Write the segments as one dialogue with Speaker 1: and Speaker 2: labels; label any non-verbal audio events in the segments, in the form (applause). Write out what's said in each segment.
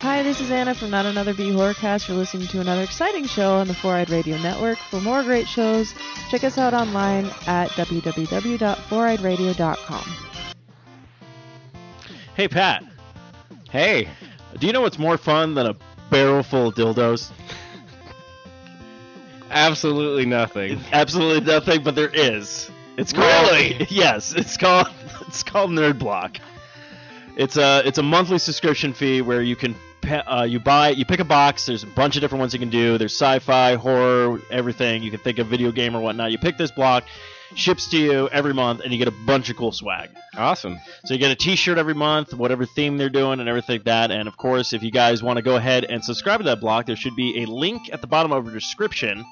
Speaker 1: Hi, this is Anna from Not Another Bee Horrorcast. You're listening to another exciting show on the Four Eyed Radio Network. For more great shows, check us out online at www.foureyedradio.com.
Speaker 2: Hey, Pat,
Speaker 3: Hey,
Speaker 2: do you know what's more fun than a barrel full of dildos?
Speaker 3: absolutely nothing.
Speaker 2: Absolutely nothing, but there is. It's called,
Speaker 3: Really?
Speaker 2: (laughs) Yes, it's called (laughs) it's called Nerd Block. It's a it's a monthly subscription fee where you can pe- uh, you buy you pick a box. There's a bunch of different ones you can do. There's sci-fi, horror, everything. You can think of video game or whatnot. You pick this block, ships to you every month, and you get a bunch of cool swag.
Speaker 3: Awesome.
Speaker 2: So you get a T-shirt every month, whatever theme they're doing, and everything like that. And of course, if you guys want to go ahead and subscribe to that blog, there should be a link at the bottom of the description,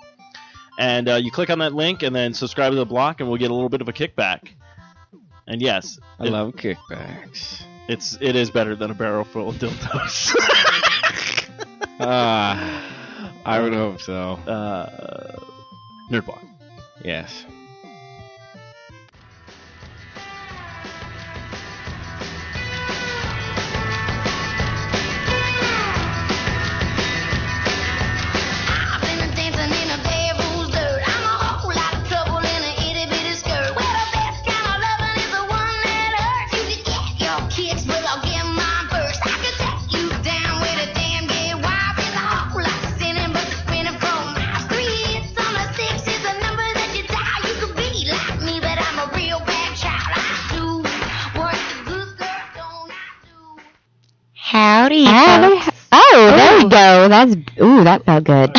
Speaker 2: and uh, you click on that link and then subscribe to the block, and we'll get a little bit of a kickback. And yes,
Speaker 3: I
Speaker 2: it-
Speaker 3: love kickbacks.
Speaker 2: it's it is better than a barrel full of dildos. (laughs)
Speaker 3: Ah, I would hope so.
Speaker 2: uh, nerd block.
Speaker 3: Yes.
Speaker 4: I've been dancing in a devil's dirt. I'm a whole lot of trouble in an itty bitty skirt. Well, the best kind of loving is the one that hurts. You can get your kicks, but I'll get mine first. I can take you down with a damn gay wife. There's a whole lot of sinning, but winning from my three hits on a six is the number that you die. You could be like me, but I'm a real bad child. I do what the good girls don't I do.
Speaker 5: Howdy.
Speaker 6: Howdy.
Speaker 5: folks.
Speaker 6: Oh, there we go. That's ooh, that felt good.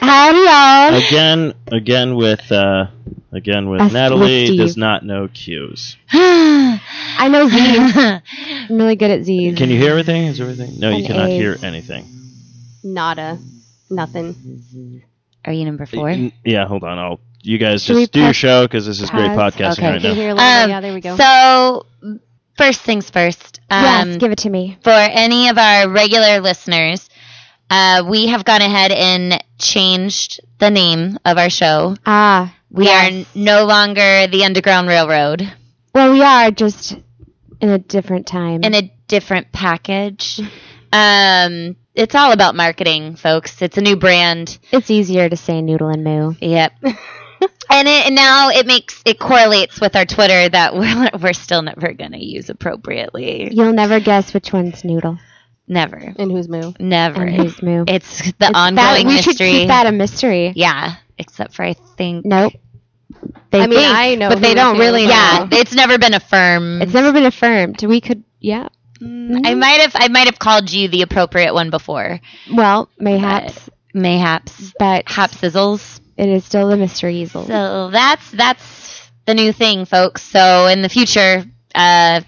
Speaker 6: Howdy, y'all.
Speaker 2: Again, again with uh, again with
Speaker 6: Us- with
Speaker 2: Natalie
Speaker 6: Steve.
Speaker 2: does not know cues.
Speaker 6: I know Z's. I'm really good at Z's.
Speaker 2: Can you hear everything? Is everything? No, you
Speaker 6: And
Speaker 2: cannot
Speaker 6: A's.
Speaker 2: hear anything.
Speaker 5: Nada. Nothing.
Speaker 6: Are you number four?
Speaker 2: Y- Yeah, hold on. I'll you guys
Speaker 6: Should we
Speaker 2: just do your
Speaker 6: press-
Speaker 2: show because this is great
Speaker 6: pause?
Speaker 2: podcasting
Speaker 6: Okay.
Speaker 2: right
Speaker 5: Can you
Speaker 2: now.
Speaker 5: hear Lola?
Speaker 6: Um,
Speaker 5: yeah, there we go.
Speaker 6: So, first things first. Um,
Speaker 7: yes, give it to me.
Speaker 6: for any of our regular listeners, uh, we have gone ahead and changed the name of our show.
Speaker 7: Ah,
Speaker 6: We
Speaker 7: Yes. Mm-hmm.
Speaker 6: are no longer the Underground Railroad
Speaker 7: well, we are just in a different time.
Speaker 6: in a different package. Um, it's all about marketing, folks. It's a new brand.
Speaker 7: it's easier to say noodle and moo.
Speaker 6: Yep.
Speaker 7: (laughs)
Speaker 6: and it and now it makes it correlates with our Twitter that (laughs) we're we're still never gonna use appropriately.
Speaker 7: You'll never guess which one's noodle
Speaker 6: Never,
Speaker 5: and who's Moo?
Speaker 6: never.
Speaker 7: and who's moo.
Speaker 6: It's the
Speaker 7: It's
Speaker 6: ongoing
Speaker 7: that, we
Speaker 6: mystery.
Speaker 7: should keep that a mystery.
Speaker 6: Yeah, except for I think.
Speaker 7: Nope. They
Speaker 5: I mean,
Speaker 7: think,
Speaker 5: I know
Speaker 7: but they
Speaker 5: who
Speaker 7: don't
Speaker 5: it is.
Speaker 7: really.
Speaker 6: Yeah,
Speaker 7: know.
Speaker 6: it's never been a firm.
Speaker 7: it's never been affirmed. We could, yeah.
Speaker 6: I might have I might have called you the appropriate one before.
Speaker 7: Well, mayhaps,
Speaker 6: Mayhaps
Speaker 7: but
Speaker 6: hop sizzles.
Speaker 7: it is still the mystery easel.
Speaker 6: So that's that's the new thing, folks. So in the future, uh,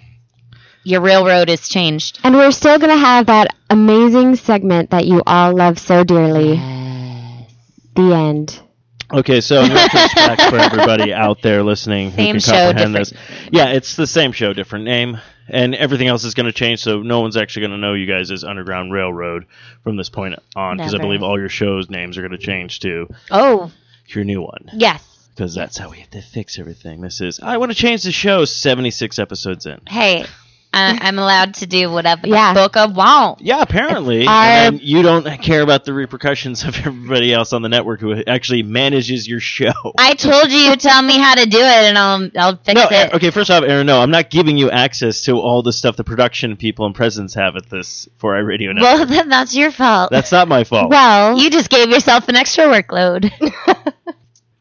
Speaker 6: your railroad is changed.
Speaker 7: and we're still gonna have that amazing segment that you all love so dearly. The end.
Speaker 2: Okay, so no respect
Speaker 6: (laughs)
Speaker 2: for everybody out there listening
Speaker 6: Same
Speaker 2: who can
Speaker 6: show,
Speaker 2: comprehend
Speaker 6: different-
Speaker 2: this. Yeah, it's the same show, different name, and everything else is going to change. So no one's actually going to know you guys as Underground Railroad from this point on because I
Speaker 6: Never.
Speaker 2: believe all your shows names are going to change to
Speaker 6: Oh
Speaker 2: your new one
Speaker 6: yes.
Speaker 2: because that's how we have to fix everything. This is I want to change the show. Seventy six episodes in.
Speaker 6: (laughs) Hey, I, I'm allowed to do whatever the
Speaker 7: Yeah.
Speaker 6: book I want.
Speaker 2: Yeah, apparently.
Speaker 7: our-
Speaker 2: and you don't care about the repercussions of everybody else on the network who actually manages your show. (laughs)
Speaker 6: I told you, tell me how to do it, and I'll I'll fix
Speaker 2: no,
Speaker 6: it.
Speaker 2: Aaron- okay, first off, Aaron, no, I'm not giving you access to all the stuff the production people and presidents have at this for our radio network.
Speaker 6: Well, (laughs) then that's your fault.
Speaker 2: That's not my fault.
Speaker 7: Well,
Speaker 6: you just gave yourself an extra workload. (laughs)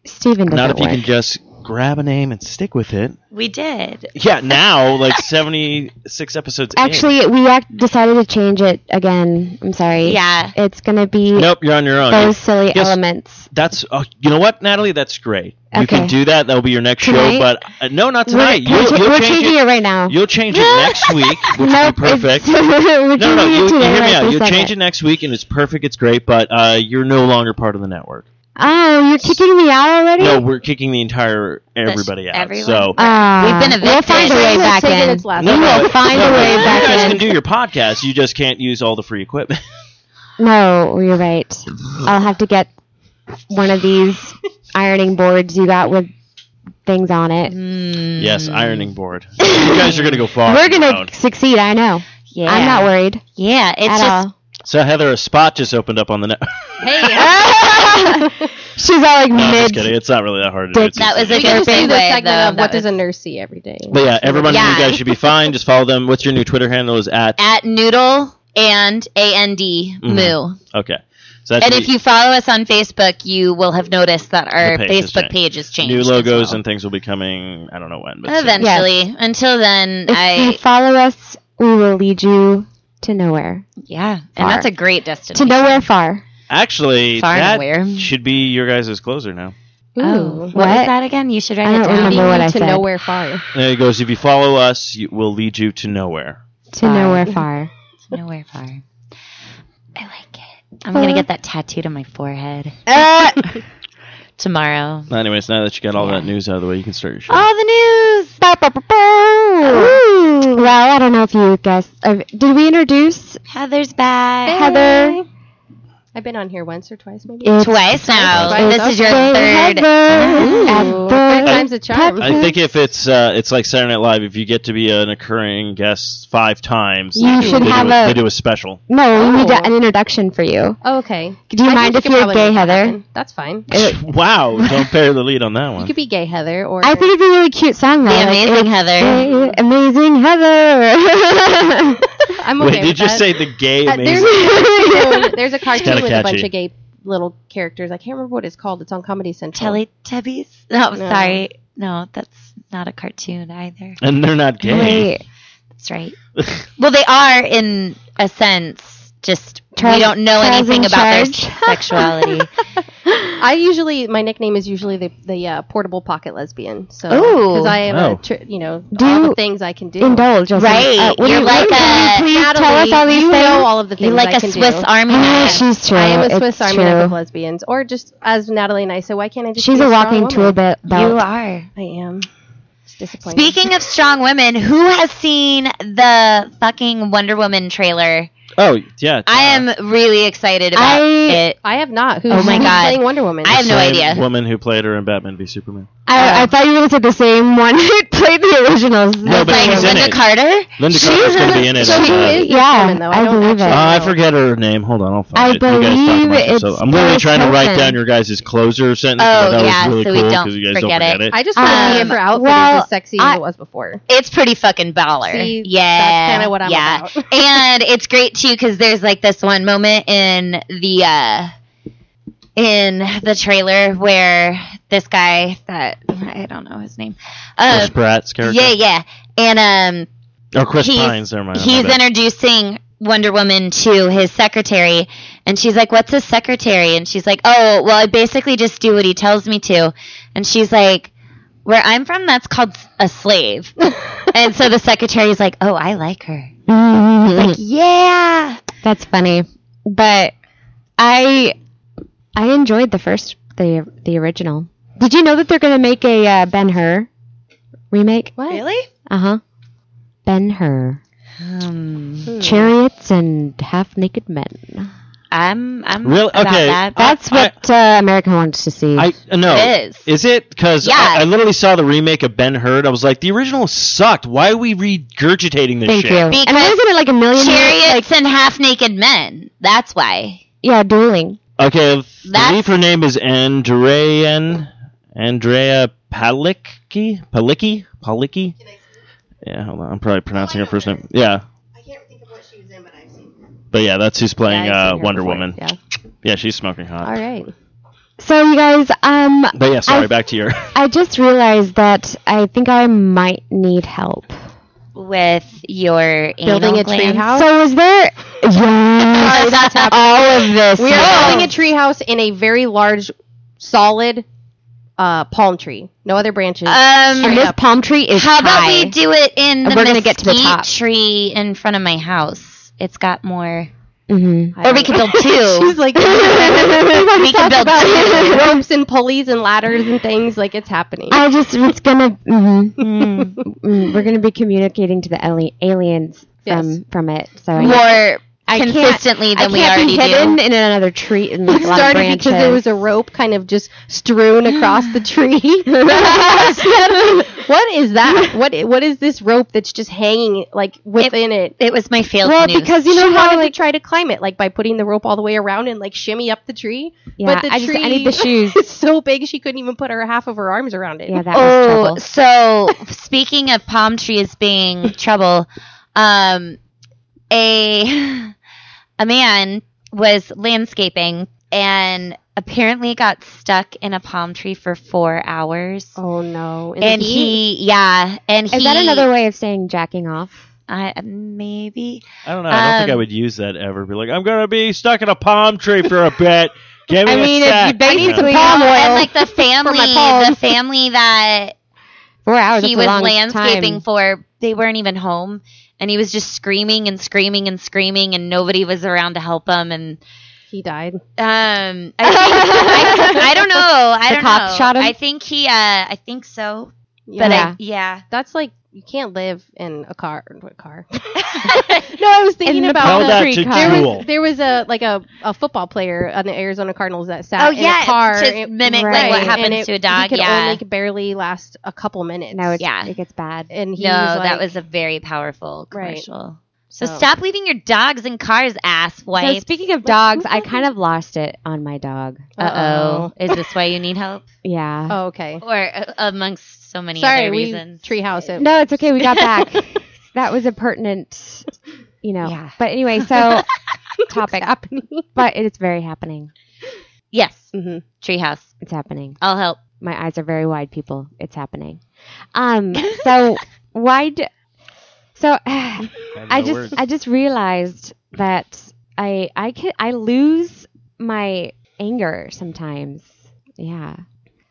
Speaker 7: Stephen doesn't
Speaker 2: not if you
Speaker 7: work.
Speaker 2: can just grab a name and stick with it.
Speaker 6: we did.
Speaker 2: Yeah, now,
Speaker 7: (laughs)
Speaker 2: like 76 episodes in.
Speaker 7: Actually, we act- decided to change it again. I'm sorry.
Speaker 6: Yeah.
Speaker 7: It's gonna be
Speaker 2: Nope, you're on your own.
Speaker 7: those silly
Speaker 2: Yes.
Speaker 7: elements.
Speaker 2: That's oh, you know what, Natalie. That's great. You can
Speaker 7: Okay.
Speaker 2: do that. That'll be your next show.
Speaker 7: Tonight?
Speaker 2: But uh, no, not tonight.
Speaker 7: We're,
Speaker 2: You'll, you'll
Speaker 7: we're
Speaker 2: change
Speaker 7: changing
Speaker 2: it.
Speaker 7: it right now.
Speaker 2: You'll change it
Speaker 7: (laughs)
Speaker 2: next week, which would
Speaker 7: nope,
Speaker 2: be perfect.
Speaker 7: (laughs) it's- we're
Speaker 2: No, no,
Speaker 7: changing it
Speaker 2: you, you
Speaker 7: today,
Speaker 2: hear
Speaker 7: right
Speaker 2: me out.
Speaker 7: this
Speaker 2: You'll
Speaker 7: second.
Speaker 2: change it next week, and it's perfect. It's great, but uh, you're no longer part of the network.
Speaker 7: Oh, you're kicking me out already?
Speaker 2: No, we're kicking the entire everybody out.
Speaker 6: everyone.
Speaker 2: So
Speaker 7: Ah.
Speaker 6: We've been
Speaker 7: We'll find a
Speaker 6: evicted.
Speaker 7: way
Speaker 5: Let's
Speaker 7: back
Speaker 5: take it
Speaker 7: in.
Speaker 5: its last
Speaker 2: no,
Speaker 7: we
Speaker 2: no,
Speaker 7: Uh, will find
Speaker 2: no,
Speaker 7: a way
Speaker 2: you
Speaker 7: back
Speaker 2: guys
Speaker 7: in.
Speaker 2: can do your podcast. You just can't use all the free
Speaker 7: (laughs)
Speaker 2: equipment.
Speaker 7: No, you're right. I'll have to get one of these ironing boards you got with things on it. Mm.
Speaker 6: (laughs)
Speaker 2: yes, ironing board. You guys are gonna go far.
Speaker 7: (laughs) We're
Speaker 2: on your
Speaker 7: gonna
Speaker 2: own.
Speaker 7: succeed, I know.
Speaker 6: Yeah.
Speaker 7: I'm
Speaker 2: (laughs)
Speaker 7: not worried (laughs)
Speaker 6: Yeah, it's
Speaker 7: at
Speaker 6: just
Speaker 7: all.
Speaker 2: So Heather, a spot just opened up on the net. (laughs)
Speaker 7: (laughs)
Speaker 6: hey. (laughs)
Speaker 7: She's all like
Speaker 2: no, I'm just
Speaker 7: mid.
Speaker 2: kidding. It's not really that hard to do. It's
Speaker 6: That
Speaker 2: easy.
Speaker 6: was a
Speaker 5: We can
Speaker 6: good
Speaker 5: just do
Speaker 6: segue,
Speaker 5: the segment
Speaker 6: though.
Speaker 5: of what
Speaker 6: That was-
Speaker 5: does a nurse see every day.
Speaker 2: But yeah, everyone, you
Speaker 6: Yeah.
Speaker 2: guys should be fine. Just follow them. What's your new Twitter handle? Is at
Speaker 6: at Noodle and A N D
Speaker 2: Mhm.
Speaker 6: Moo.
Speaker 2: okay. So that's
Speaker 6: And if you follow us on Facebook, you will have noticed that our
Speaker 2: The page has
Speaker 6: Facebook
Speaker 2: changed.
Speaker 6: page has changed.
Speaker 2: new
Speaker 6: as
Speaker 2: logos
Speaker 6: well.
Speaker 2: and things will be coming. I don't know when, but soon.
Speaker 6: eventually.
Speaker 7: (laughs)
Speaker 6: Until then,
Speaker 7: If you
Speaker 6: I
Speaker 7: follow us, we will lead you to nowhere.
Speaker 6: yeah,
Speaker 7: Far.
Speaker 6: and that's a great
Speaker 7: To
Speaker 6: destination.
Speaker 7: nowhere far.
Speaker 2: actually,
Speaker 6: Far and
Speaker 2: that
Speaker 6: aware.
Speaker 2: should be your guys' closer now.
Speaker 6: Oh,
Speaker 7: What?
Speaker 6: what, was that again? You should write
Speaker 7: I
Speaker 6: it
Speaker 7: don't
Speaker 6: down.
Speaker 7: remember what I
Speaker 5: to
Speaker 7: said.
Speaker 5: nowhere far.
Speaker 2: There it goes. If you follow us, you, we'll lead you to nowhere.
Speaker 7: To
Speaker 6: Far. (laughs)
Speaker 7: nowhere far.
Speaker 6: Nowhere far. I like it. I'm gonna get that tattooed on my forehead Uh. (laughs) tomorrow.
Speaker 2: Anyways, now that you got all that news out of the way, you can start your show.
Speaker 6: All the news.
Speaker 7: Ba, ba, ba, ba. Well, I don't know if you guys. Uh, did we introduce
Speaker 6: Heather's back.
Speaker 7: Heather?
Speaker 5: I've been on here once or twice, maybe.
Speaker 7: It's-
Speaker 6: Twice now.
Speaker 5: Twice.
Speaker 6: This is your
Speaker 7: Hey,
Speaker 6: third.
Speaker 7: Heather.
Speaker 5: Ooh,
Speaker 7: At
Speaker 5: third
Speaker 7: the-
Speaker 5: time's a charm.
Speaker 2: I think if it's uh, it's like Saturday Night Live, if you get to be an occurring guest five times,
Speaker 7: You
Speaker 2: they,
Speaker 7: should
Speaker 2: do
Speaker 7: have
Speaker 2: a,
Speaker 7: a-
Speaker 2: they do a special.
Speaker 7: No, we need
Speaker 5: Oh.
Speaker 7: to- an introduction for you.
Speaker 5: Oh, okay.
Speaker 7: Do you
Speaker 5: I
Speaker 7: mind
Speaker 5: guess
Speaker 7: if
Speaker 5: could
Speaker 7: you're
Speaker 5: probably
Speaker 7: gay,
Speaker 5: make that
Speaker 7: Heather?
Speaker 5: happen. That's fine.
Speaker 2: (laughs) wow, don't bear the lead on that
Speaker 5: You
Speaker 2: one.
Speaker 5: could be gay, Heather, or
Speaker 7: I think it'd be a really cute song. though.
Speaker 6: The
Speaker 7: Like,
Speaker 6: amazing
Speaker 7: it's
Speaker 6: Heather.
Speaker 7: gay, amazing Heather. (laughs)
Speaker 5: I'm
Speaker 2: Wait,
Speaker 5: okay.
Speaker 2: did
Speaker 5: with
Speaker 2: you
Speaker 5: that. (laughs)
Speaker 2: say the gay
Speaker 5: Uh, there's,
Speaker 2: amazing?
Speaker 7: (laughs)
Speaker 5: there's, (laughs) there's a cartoon
Speaker 2: kinda
Speaker 5: with a bunch
Speaker 2: catchy.
Speaker 5: of gay little characters. I can't remember what it's called. It's on Comedy Central. (laughs)
Speaker 6: Teletubbies. No,
Speaker 5: No.
Speaker 6: sorry. No, that's not a cartoon either.
Speaker 2: (laughs) And they're not gay.
Speaker 7: Wait,
Speaker 6: That's right. well, they are in a sense. Just
Speaker 7: Charles-
Speaker 6: we don't know
Speaker 7: Charles in
Speaker 6: anything about their
Speaker 7: charge.
Speaker 6: (laughs) sexuality.
Speaker 5: I usually my nickname is usually the the uh, portable pocket lesbian. So
Speaker 6: Ooh.
Speaker 5: because I am
Speaker 2: Oh.
Speaker 5: a tr- you know
Speaker 7: Do
Speaker 5: all
Speaker 7: you
Speaker 5: the things I can do.
Speaker 7: indulge. us.
Speaker 6: Right,
Speaker 7: Uh, will
Speaker 6: you're
Speaker 7: you-
Speaker 6: like
Speaker 7: will
Speaker 6: a-
Speaker 7: you please
Speaker 5: Natalie,
Speaker 7: tell us all these
Speaker 5: you
Speaker 7: things.
Speaker 5: know
Speaker 7: (laughs)
Speaker 5: all of the things
Speaker 6: You're like
Speaker 5: I
Speaker 6: a
Speaker 5: can
Speaker 6: Swiss
Speaker 5: do.
Speaker 6: (laughs) Army
Speaker 7: Ah,
Speaker 6: man.
Speaker 7: she's true.
Speaker 5: I am a
Speaker 7: It's
Speaker 5: Swiss Army
Speaker 7: true.
Speaker 5: knife of lesbians, or just as Natalie and I say, why can't I just?
Speaker 7: She's
Speaker 5: be
Speaker 7: a
Speaker 5: strong
Speaker 7: walking
Speaker 5: woman?
Speaker 7: tool belt.
Speaker 6: you are.
Speaker 5: I am. It's disappointing.
Speaker 6: Speaking of strong women, who has seen the fucking Wonder Woman trailer?
Speaker 2: (laughs) Oh yeah,
Speaker 6: I am really excited about
Speaker 7: I-
Speaker 6: it.
Speaker 5: I have not. Who's
Speaker 6: Oh my
Speaker 5: who's
Speaker 6: God.
Speaker 5: playing Wonder Woman?
Speaker 6: I have no
Speaker 2: Same
Speaker 6: idea.
Speaker 2: Woman who played her in Batman v Superman.
Speaker 5: Uh,
Speaker 7: I, I thought you were going to say the same one (laughs) who played the originals.
Speaker 2: No, but
Speaker 6: Like
Speaker 2: she's in
Speaker 6: Linda
Speaker 2: it.
Speaker 6: Carter?
Speaker 2: Linda
Speaker 7: She's
Speaker 2: Carter's going to
Speaker 7: in
Speaker 2: be in it.
Speaker 5: so
Speaker 2: as,
Speaker 5: she
Speaker 2: uh,
Speaker 5: is-
Speaker 7: yeah,
Speaker 5: Woman, though. I
Speaker 7: I,
Speaker 5: don't
Speaker 7: believe it.
Speaker 5: actually
Speaker 2: Uh, I
Speaker 5: No.
Speaker 2: forget her name. Hold on, I'll find
Speaker 7: I
Speaker 2: it. You guys talk
Speaker 7: believe
Speaker 2: amongst
Speaker 7: it's
Speaker 2: yourselves. I'm literally
Speaker 7: Paris
Speaker 2: trying to write
Speaker 7: Hilton.
Speaker 2: down your guys' closer sentence.
Speaker 6: Oh,
Speaker 2: but that
Speaker 6: yeah,
Speaker 2: was really
Speaker 6: so we
Speaker 2: cool
Speaker 6: don't
Speaker 2: 'cause you guys
Speaker 6: forget
Speaker 2: don't forget it.
Speaker 6: it.
Speaker 5: I just want
Speaker 6: Um,
Speaker 5: to hear her outfit
Speaker 7: well,
Speaker 5: is as sexy
Speaker 7: I-
Speaker 5: as it was before.
Speaker 6: It's pretty fucking baller.
Speaker 5: See,
Speaker 6: yeah.
Speaker 5: that's kinda what I'm
Speaker 6: yeah.
Speaker 5: about. (laughs)
Speaker 6: and it's great too because there's like this one moment in the uh in the trailer where this guy that I don't know his name. Uh,
Speaker 2: Chris Pratt's character.
Speaker 6: yeah, yeah. And um
Speaker 2: Or Chris
Speaker 6: He's-
Speaker 2: Pines, never mind.
Speaker 6: he's
Speaker 2: my bad.
Speaker 6: introducing Wonder Woman to his secretary, and she's like, "What's his secretary?" And she's like, "Oh, well, I basically just do what he tells me to." And she's like, "Where I'm from, that's called a slave." and so the secretary's like, "Oh, I like her."
Speaker 2: Uh,
Speaker 7: (laughs) Mm,
Speaker 6: Yeah,
Speaker 7: That's funny. But I I enjoyed the first the the original. Did you know that they're going to make a uh, Ben Hur remake?
Speaker 5: What?
Speaker 6: really?
Speaker 7: Uh huh. Ben Hur,
Speaker 6: Um,
Speaker 7: chariots and half naked men.
Speaker 6: I'm I'm
Speaker 2: Really?
Speaker 6: about
Speaker 2: Okay.
Speaker 6: that.
Speaker 2: I-
Speaker 7: That's what uh, America wants to see.
Speaker 2: I uh, no.
Speaker 6: It is.
Speaker 2: Is it? Because
Speaker 6: Yeah.
Speaker 2: I, I literally saw the remake of Ben Hur. and I was like, the original sucked. Why are we regurgitating this
Speaker 7: Thank
Speaker 2: shit?
Speaker 7: you. And
Speaker 6: Because
Speaker 7: and isn't it like a million?
Speaker 6: Chariots and half naked men. That's why.
Speaker 7: Yeah, dueling.
Speaker 2: Okay, I
Speaker 6: That's-
Speaker 2: believe her name is Andrean Andrea Palicki Palicki Palicki. Yeah, hold on. I'm probably pronouncing her first name. Yeah,
Speaker 4: I can't think of what she was in, but I've seen her.
Speaker 2: but yeah, that's who's playing
Speaker 5: Yeah, I've seen
Speaker 2: uh,
Speaker 5: her
Speaker 2: Wonder
Speaker 5: before.
Speaker 2: Woman.
Speaker 5: Yeah.
Speaker 2: Yeah, she's smoking hot.
Speaker 5: All right.
Speaker 7: So you guys, um,
Speaker 2: But yeah, sorry.
Speaker 7: I-
Speaker 2: back to your.
Speaker 7: I just realized that I think I might need help.
Speaker 6: With your
Speaker 5: Building
Speaker 6: anal
Speaker 5: a
Speaker 6: glands.
Speaker 5: treehouse.
Speaker 7: So is there?
Speaker 6: Sorry,
Speaker 7: Yes,
Speaker 6: (laughs) that's happening.
Speaker 7: all of this.
Speaker 5: We are
Speaker 7: now.
Speaker 5: building a treehouse in a very large, solid uh, palm tree. No other branches.
Speaker 7: Uh,
Speaker 6: Um,
Speaker 7: And this palm tree is
Speaker 6: How about
Speaker 7: high.
Speaker 6: we do it in the
Speaker 7: And we're gonna get to the
Speaker 6: mesquite
Speaker 7: top.
Speaker 6: tree in front of my house? It's got more.
Speaker 7: Mhm.
Speaker 6: (laughs)
Speaker 5: I
Speaker 6: or we
Speaker 5: don't
Speaker 6: could
Speaker 5: know.
Speaker 6: build two.
Speaker 5: She's like (laughs)
Speaker 6: we could build two.
Speaker 5: ropes and pulleys and ladders and things. Like it's happening.
Speaker 7: I just it's gonna. Mm-hmm. mhm. Mm, mm, we're gonna be communicating to the ali- aliens from
Speaker 5: Yes.
Speaker 7: from it. So I-
Speaker 6: More
Speaker 7: I can't-
Speaker 6: consistently than
Speaker 7: I
Speaker 6: we
Speaker 7: can't
Speaker 6: already
Speaker 7: be
Speaker 6: do.
Speaker 7: hidden in another tree. And like
Speaker 5: It
Speaker 7: a lot of
Speaker 5: started because there was
Speaker 7: (laughs) branches.
Speaker 5: a rope kind of just strewn across the
Speaker 7: (laughs)
Speaker 5: tree. (laughs) what is that? What i- what is this rope that's just hanging like within it?
Speaker 6: It was my failed
Speaker 7: well
Speaker 6: news.
Speaker 7: because you
Speaker 5: You know
Speaker 7: know
Speaker 5: she
Speaker 7: how
Speaker 5: wanted
Speaker 7: Oh, like
Speaker 5: to try to climb it like by putting the rope all the way around and like shimmy up the tree.
Speaker 7: yeah,
Speaker 5: but the
Speaker 7: I
Speaker 5: tree
Speaker 7: just I need the shoes.
Speaker 5: (laughs) is so big she couldn't even put her half of her arms around it.
Speaker 7: Yeah, that
Speaker 6: oh,
Speaker 7: was
Speaker 6: so (laughs) speaking of palm trees (laughs) being trouble, um, a a man was landscaping and apparently got stuck in a palm tree for four hours.
Speaker 5: Oh no! In the
Speaker 6: and
Speaker 5: heat?
Speaker 6: he, yeah, and he.
Speaker 7: trouble. E? Is that another way of saying jacking off?
Speaker 6: I, maybe
Speaker 2: I don't know. I don't think I
Speaker 6: Um,
Speaker 2: would use that ever. Be like, I'm gonna be stuck in a palm tree for a bit. Give me
Speaker 7: I
Speaker 2: a
Speaker 7: mean, if
Speaker 2: sec."
Speaker 7: you basically
Speaker 6: Oh, and
Speaker 7: oil.
Speaker 6: like
Speaker 5: (laughs)
Speaker 6: the family,
Speaker 7: palm.
Speaker 6: the family that
Speaker 7: Four hours.
Speaker 6: he
Speaker 7: that's
Speaker 6: was
Speaker 7: a long
Speaker 6: landscaping
Speaker 7: Time.
Speaker 6: for they weren't even home and he was just screaming and screaming and screaming and nobody was around to help him and
Speaker 5: he died.
Speaker 6: um I, think,
Speaker 5: (laughs)
Speaker 6: I, I don't know I
Speaker 7: The
Speaker 6: don't
Speaker 7: cops
Speaker 6: know
Speaker 7: shot him?
Speaker 6: I think he uh I think so
Speaker 5: Yeah.
Speaker 6: but
Speaker 7: Yeah.
Speaker 6: I,
Speaker 5: (laughs)
Speaker 6: yeah
Speaker 5: that's like you can't live in a car. A car. (laughs) no, I was thinking
Speaker 7: the
Speaker 5: about
Speaker 2: Tell
Speaker 7: palm
Speaker 2: that
Speaker 7: tree
Speaker 2: to
Speaker 7: car.
Speaker 5: There
Speaker 2: Jewel.
Speaker 5: was, there was a like a, a football player on the Arizona Cardinals that sat
Speaker 6: oh
Speaker 5: in
Speaker 6: yeah
Speaker 5: a car
Speaker 6: to mimic like
Speaker 7: Right.
Speaker 6: what
Speaker 5: and
Speaker 6: happens
Speaker 5: it-
Speaker 6: to a dog
Speaker 5: He could
Speaker 6: yeah
Speaker 7: Oh.
Speaker 5: only barely last a couple minutes.
Speaker 7: No, it's,
Speaker 6: Yeah.
Speaker 7: it gets bad.
Speaker 5: and he
Speaker 6: no
Speaker 5: was like,
Speaker 6: that was a very powerful
Speaker 5: Right.
Speaker 6: commercial so, stop leaving your dogs in cars ass
Speaker 7: So
Speaker 6: wife
Speaker 7: speaking of dogs, I kind of lost it on my dog.
Speaker 6: uh oh is this why you need help
Speaker 7: Yeah.
Speaker 5: Oh, okay.
Speaker 6: (laughs) or uh, amongst so many
Speaker 5: Sorry,
Speaker 6: other
Speaker 5: we
Speaker 6: reasons
Speaker 5: treehouse it.
Speaker 7: No, it's okay. We got back. that was a pertinent, you know.
Speaker 6: Yeah.
Speaker 7: But anyway, so topic.
Speaker 5: happening.
Speaker 7: But it is very happening.
Speaker 6: yes
Speaker 5: Mhm.
Speaker 6: treehouse
Speaker 7: It's happening.
Speaker 6: I'll help.
Speaker 7: My eyes are very wide, people. It's happening. Um. So why? Do, so (sighs) I just I just realized that I I can I lose my anger sometimes. Yeah.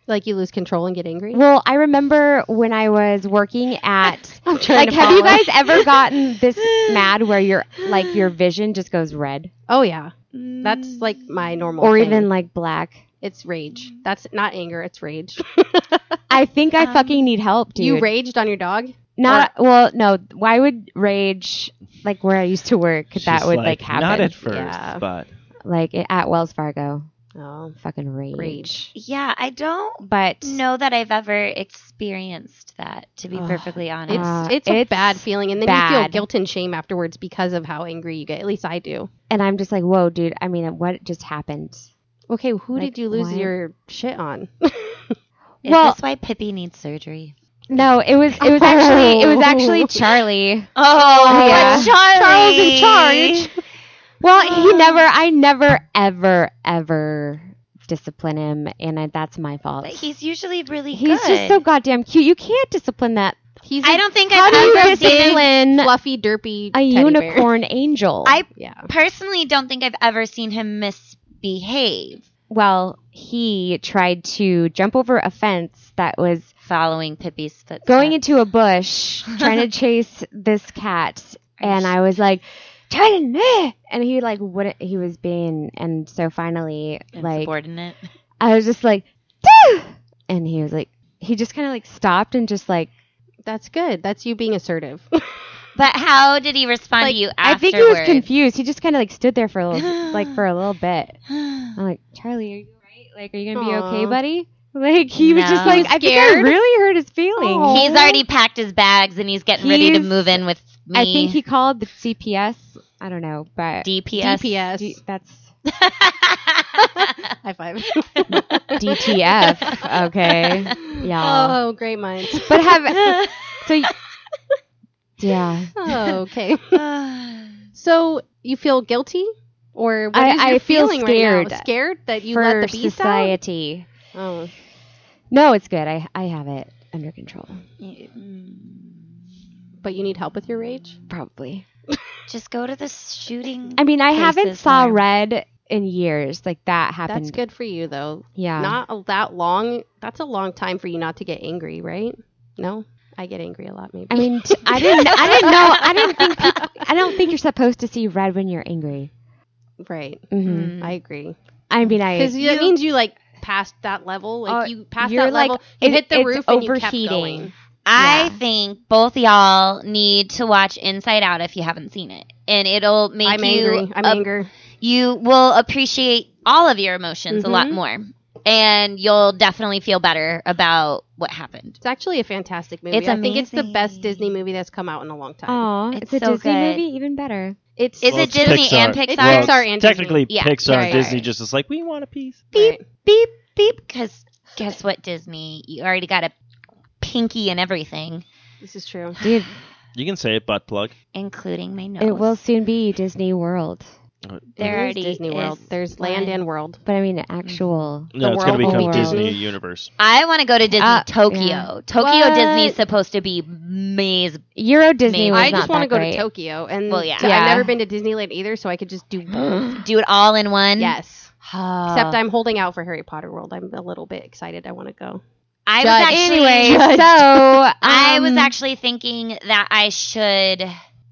Speaker 5: Like you lose control and get angry.
Speaker 7: Well, I remember when I was working at
Speaker 5: (laughs) I'm trying
Speaker 7: like
Speaker 5: to
Speaker 7: have you
Speaker 5: follow.
Speaker 7: guys ever gotten this mad where your like your vision just goes red
Speaker 5: Oh yeah, that's like my normal.
Speaker 7: or
Speaker 5: thing.
Speaker 7: even like black?
Speaker 5: it's rage. That's not anger. It's rage. (laughs)
Speaker 7: I think I
Speaker 6: Um,
Speaker 7: fucking need help, dude.
Speaker 5: you raged on your dog.
Speaker 7: Not well, no. Why would rage like where I used to work that would like, happen?
Speaker 2: Not at first,
Speaker 5: Yeah.
Speaker 2: but
Speaker 7: like at Wells Fargo,
Speaker 5: Oh,
Speaker 7: fucking rage.
Speaker 5: rage.
Speaker 6: Yeah, I don't
Speaker 7: But
Speaker 6: know that I've ever experienced that, to be perfectly honest.
Speaker 5: It's
Speaker 7: Uh,
Speaker 5: it's a
Speaker 7: it's
Speaker 5: bad feeling, and then you feel
Speaker 7: bad.
Speaker 5: guilt and shame afterwards because of how angry you get. At least I do.
Speaker 7: and I'm just like, whoa, dude. I mean, what just happened?
Speaker 5: Okay, who
Speaker 7: Like,
Speaker 5: did you lose
Speaker 7: what?
Speaker 5: your shit (laughs) on?
Speaker 6: Is
Speaker 7: well-
Speaker 6: this why Pippi needs surgery?
Speaker 7: No, it was it was actually it was (laughs) actually Charlie.
Speaker 6: Oh,
Speaker 7: yeah.
Speaker 6: Charlie.
Speaker 7: Charles in charge. Uh. Well, he never. I never, ever, ever discipline him, and I, that's my fault.
Speaker 6: But he's usually really
Speaker 7: He's
Speaker 6: good.
Speaker 7: just so goddamn cute. You can't discipline that.
Speaker 5: He's a
Speaker 6: I don't think
Speaker 7: How
Speaker 6: I've
Speaker 7: do you
Speaker 6: ever seen.
Speaker 7: discipline
Speaker 5: fluffy, derpy,
Speaker 7: a
Speaker 5: teddy
Speaker 7: unicorn angel?
Speaker 6: I
Speaker 5: Bear. Yeah,
Speaker 6: personally don't think I've ever seen him misbehave
Speaker 7: well, he tried to jump over a fence that was
Speaker 6: following Pippi's footsteps.
Speaker 7: going into a bush, trying to chase this cat, and I was like. Titan, eh," and he like wouldn't. He was being, and so finally, like
Speaker 6: Insubordinate.
Speaker 7: I was just like, "Duh!" and he was like, he just kind of like stopped and just like,
Speaker 5: that's good. That's you being assertive.
Speaker 6: But how did he respond
Speaker 7: like
Speaker 6: to you
Speaker 7: I
Speaker 6: afterwards?
Speaker 7: think he was confused. He just kind of like stood there for a little, like for a little bit.
Speaker 6: confused.
Speaker 7: I'm like, Charlie, are you all right? Like, are you gonna be
Speaker 5: Aw.
Speaker 7: okay, buddy? Like he was just
Speaker 6: No.
Speaker 7: like, I think I
Speaker 5: Scared?
Speaker 7: really hurt his feelings.
Speaker 5: Aw.
Speaker 6: He's already packed his bags and he's getting ready to
Speaker 7: He's-
Speaker 6: move in with me.
Speaker 7: I think he called the CPS. I don't know, but
Speaker 6: DPS. (laughs)
Speaker 5: DPS.
Speaker 7: D- that's
Speaker 5: High five. (laughs) Uh,
Speaker 7: DTF. Okay, yeah.
Speaker 5: Oh, great (laughs) minds.
Speaker 7: But have so. y- Yeah,
Speaker 5: Oh, (laughs) okay. So you feel guilty, or what
Speaker 7: I-
Speaker 5: is your
Speaker 7: I feel
Speaker 5: feeling right now?
Speaker 7: scared
Speaker 5: Scared that you
Speaker 7: for
Speaker 5: let the beast out.
Speaker 7: society.
Speaker 5: Oh,
Speaker 7: No, it's good. I I have it under control.
Speaker 5: but you need help with your rage.
Speaker 7: Probably.
Speaker 6: (sighs) Just go to the shooting.
Speaker 7: I mean, I haven't
Speaker 6: Cases
Speaker 7: saw
Speaker 6: more.
Speaker 7: red in years. Like that happened.
Speaker 5: That's good for you though.
Speaker 7: Yeah.
Speaker 5: Not a- that long. That's a long time for you not to get angry, right? No, I get angry a lot. Maybe.
Speaker 7: I mean, t- I didn't. I didn't know. I didn't think. peop- I don't think you're supposed to see red when you're angry.
Speaker 5: right.
Speaker 7: hmm
Speaker 6: Mm.
Speaker 5: I agree.
Speaker 7: I mean, I.
Speaker 5: Because
Speaker 7: You-
Speaker 5: that means you like passed that level. Like
Speaker 7: Oh,
Speaker 5: you passed
Speaker 7: you're
Speaker 5: that
Speaker 7: like-
Speaker 5: level. You
Speaker 7: it-
Speaker 5: hit the
Speaker 7: it's
Speaker 5: roof and you kept
Speaker 7: overheating.
Speaker 5: going.
Speaker 6: I
Speaker 7: Yeah.
Speaker 6: think both y'all need to watch Inside Out if you haven't seen it, and it'll make
Speaker 8: I'm
Speaker 6: you Uh,
Speaker 8: angry. I'm
Speaker 6: a-
Speaker 8: angry.
Speaker 6: you will appreciate all of your emotions a
Speaker 7: Mm-hmm.
Speaker 6: lot more, and you'll definitely feel better about what happened.
Speaker 8: It's actually a fantastic movie.
Speaker 6: It's
Speaker 8: I think it's the best
Speaker 6: amazing.
Speaker 8: Disney movie that's come out in a long time.
Speaker 7: Oh,
Speaker 6: It's
Speaker 7: it's, a
Speaker 6: so
Speaker 7: Disney
Speaker 6: good.
Speaker 7: movie, even better.
Speaker 8: It's
Speaker 6: Is
Speaker 2: Well,
Speaker 6: it
Speaker 2: it's
Speaker 6: Disney and
Speaker 8: Pixar.
Speaker 6: Pixar?
Speaker 8: It's Pixar
Speaker 2: Well,
Speaker 8: and Disney.
Speaker 2: technically,
Speaker 6: Yeah,
Speaker 2: Pixar,
Speaker 8: right,
Speaker 2: Disney
Speaker 8: right.
Speaker 2: just is like we want a piece.
Speaker 8: Right.
Speaker 6: beep beep because guess what disney you already got a pinky and everything
Speaker 8: This is true.
Speaker 5: (sighs)
Speaker 7: Dude,
Speaker 2: You can say it, butt plug.
Speaker 6: including my nose
Speaker 7: it will soon be Disney World.
Speaker 6: there
Speaker 8: There is
Speaker 6: already
Speaker 8: Disney World.
Speaker 6: is
Speaker 8: There's land
Speaker 6: one.
Speaker 8: and world.
Speaker 7: But I mean, actual.
Speaker 2: No,
Speaker 8: The
Speaker 2: it's going to
Speaker 8: world
Speaker 2: become
Speaker 7: will be
Speaker 2: Disney
Speaker 8: Disney.
Speaker 2: Universe.
Speaker 6: i want to go to disney
Speaker 7: Uh,
Speaker 6: tokyo
Speaker 7: yeah.
Speaker 6: tokyo
Speaker 7: What?
Speaker 6: disney is supposed to be maze
Speaker 7: Euro Disney
Speaker 6: Maybe.
Speaker 7: was
Speaker 6: It's
Speaker 8: I just
Speaker 7: want to
Speaker 8: go to Tokyo, and
Speaker 6: Well, yeah.
Speaker 8: t-
Speaker 7: Yeah.
Speaker 8: I've never been to Disneyland either, so I could
Speaker 6: (gasps)
Speaker 8: just do both.
Speaker 6: do it all in one
Speaker 8: yes.
Speaker 6: Oh.
Speaker 8: Except I'm holding out for Harry Potter World. I'm a little bit excited. I want to go.
Speaker 6: i was
Speaker 7: But
Speaker 6: actually
Speaker 7: anyway, (laughs) so
Speaker 6: i was
Speaker 7: um,
Speaker 6: actually thinking that i should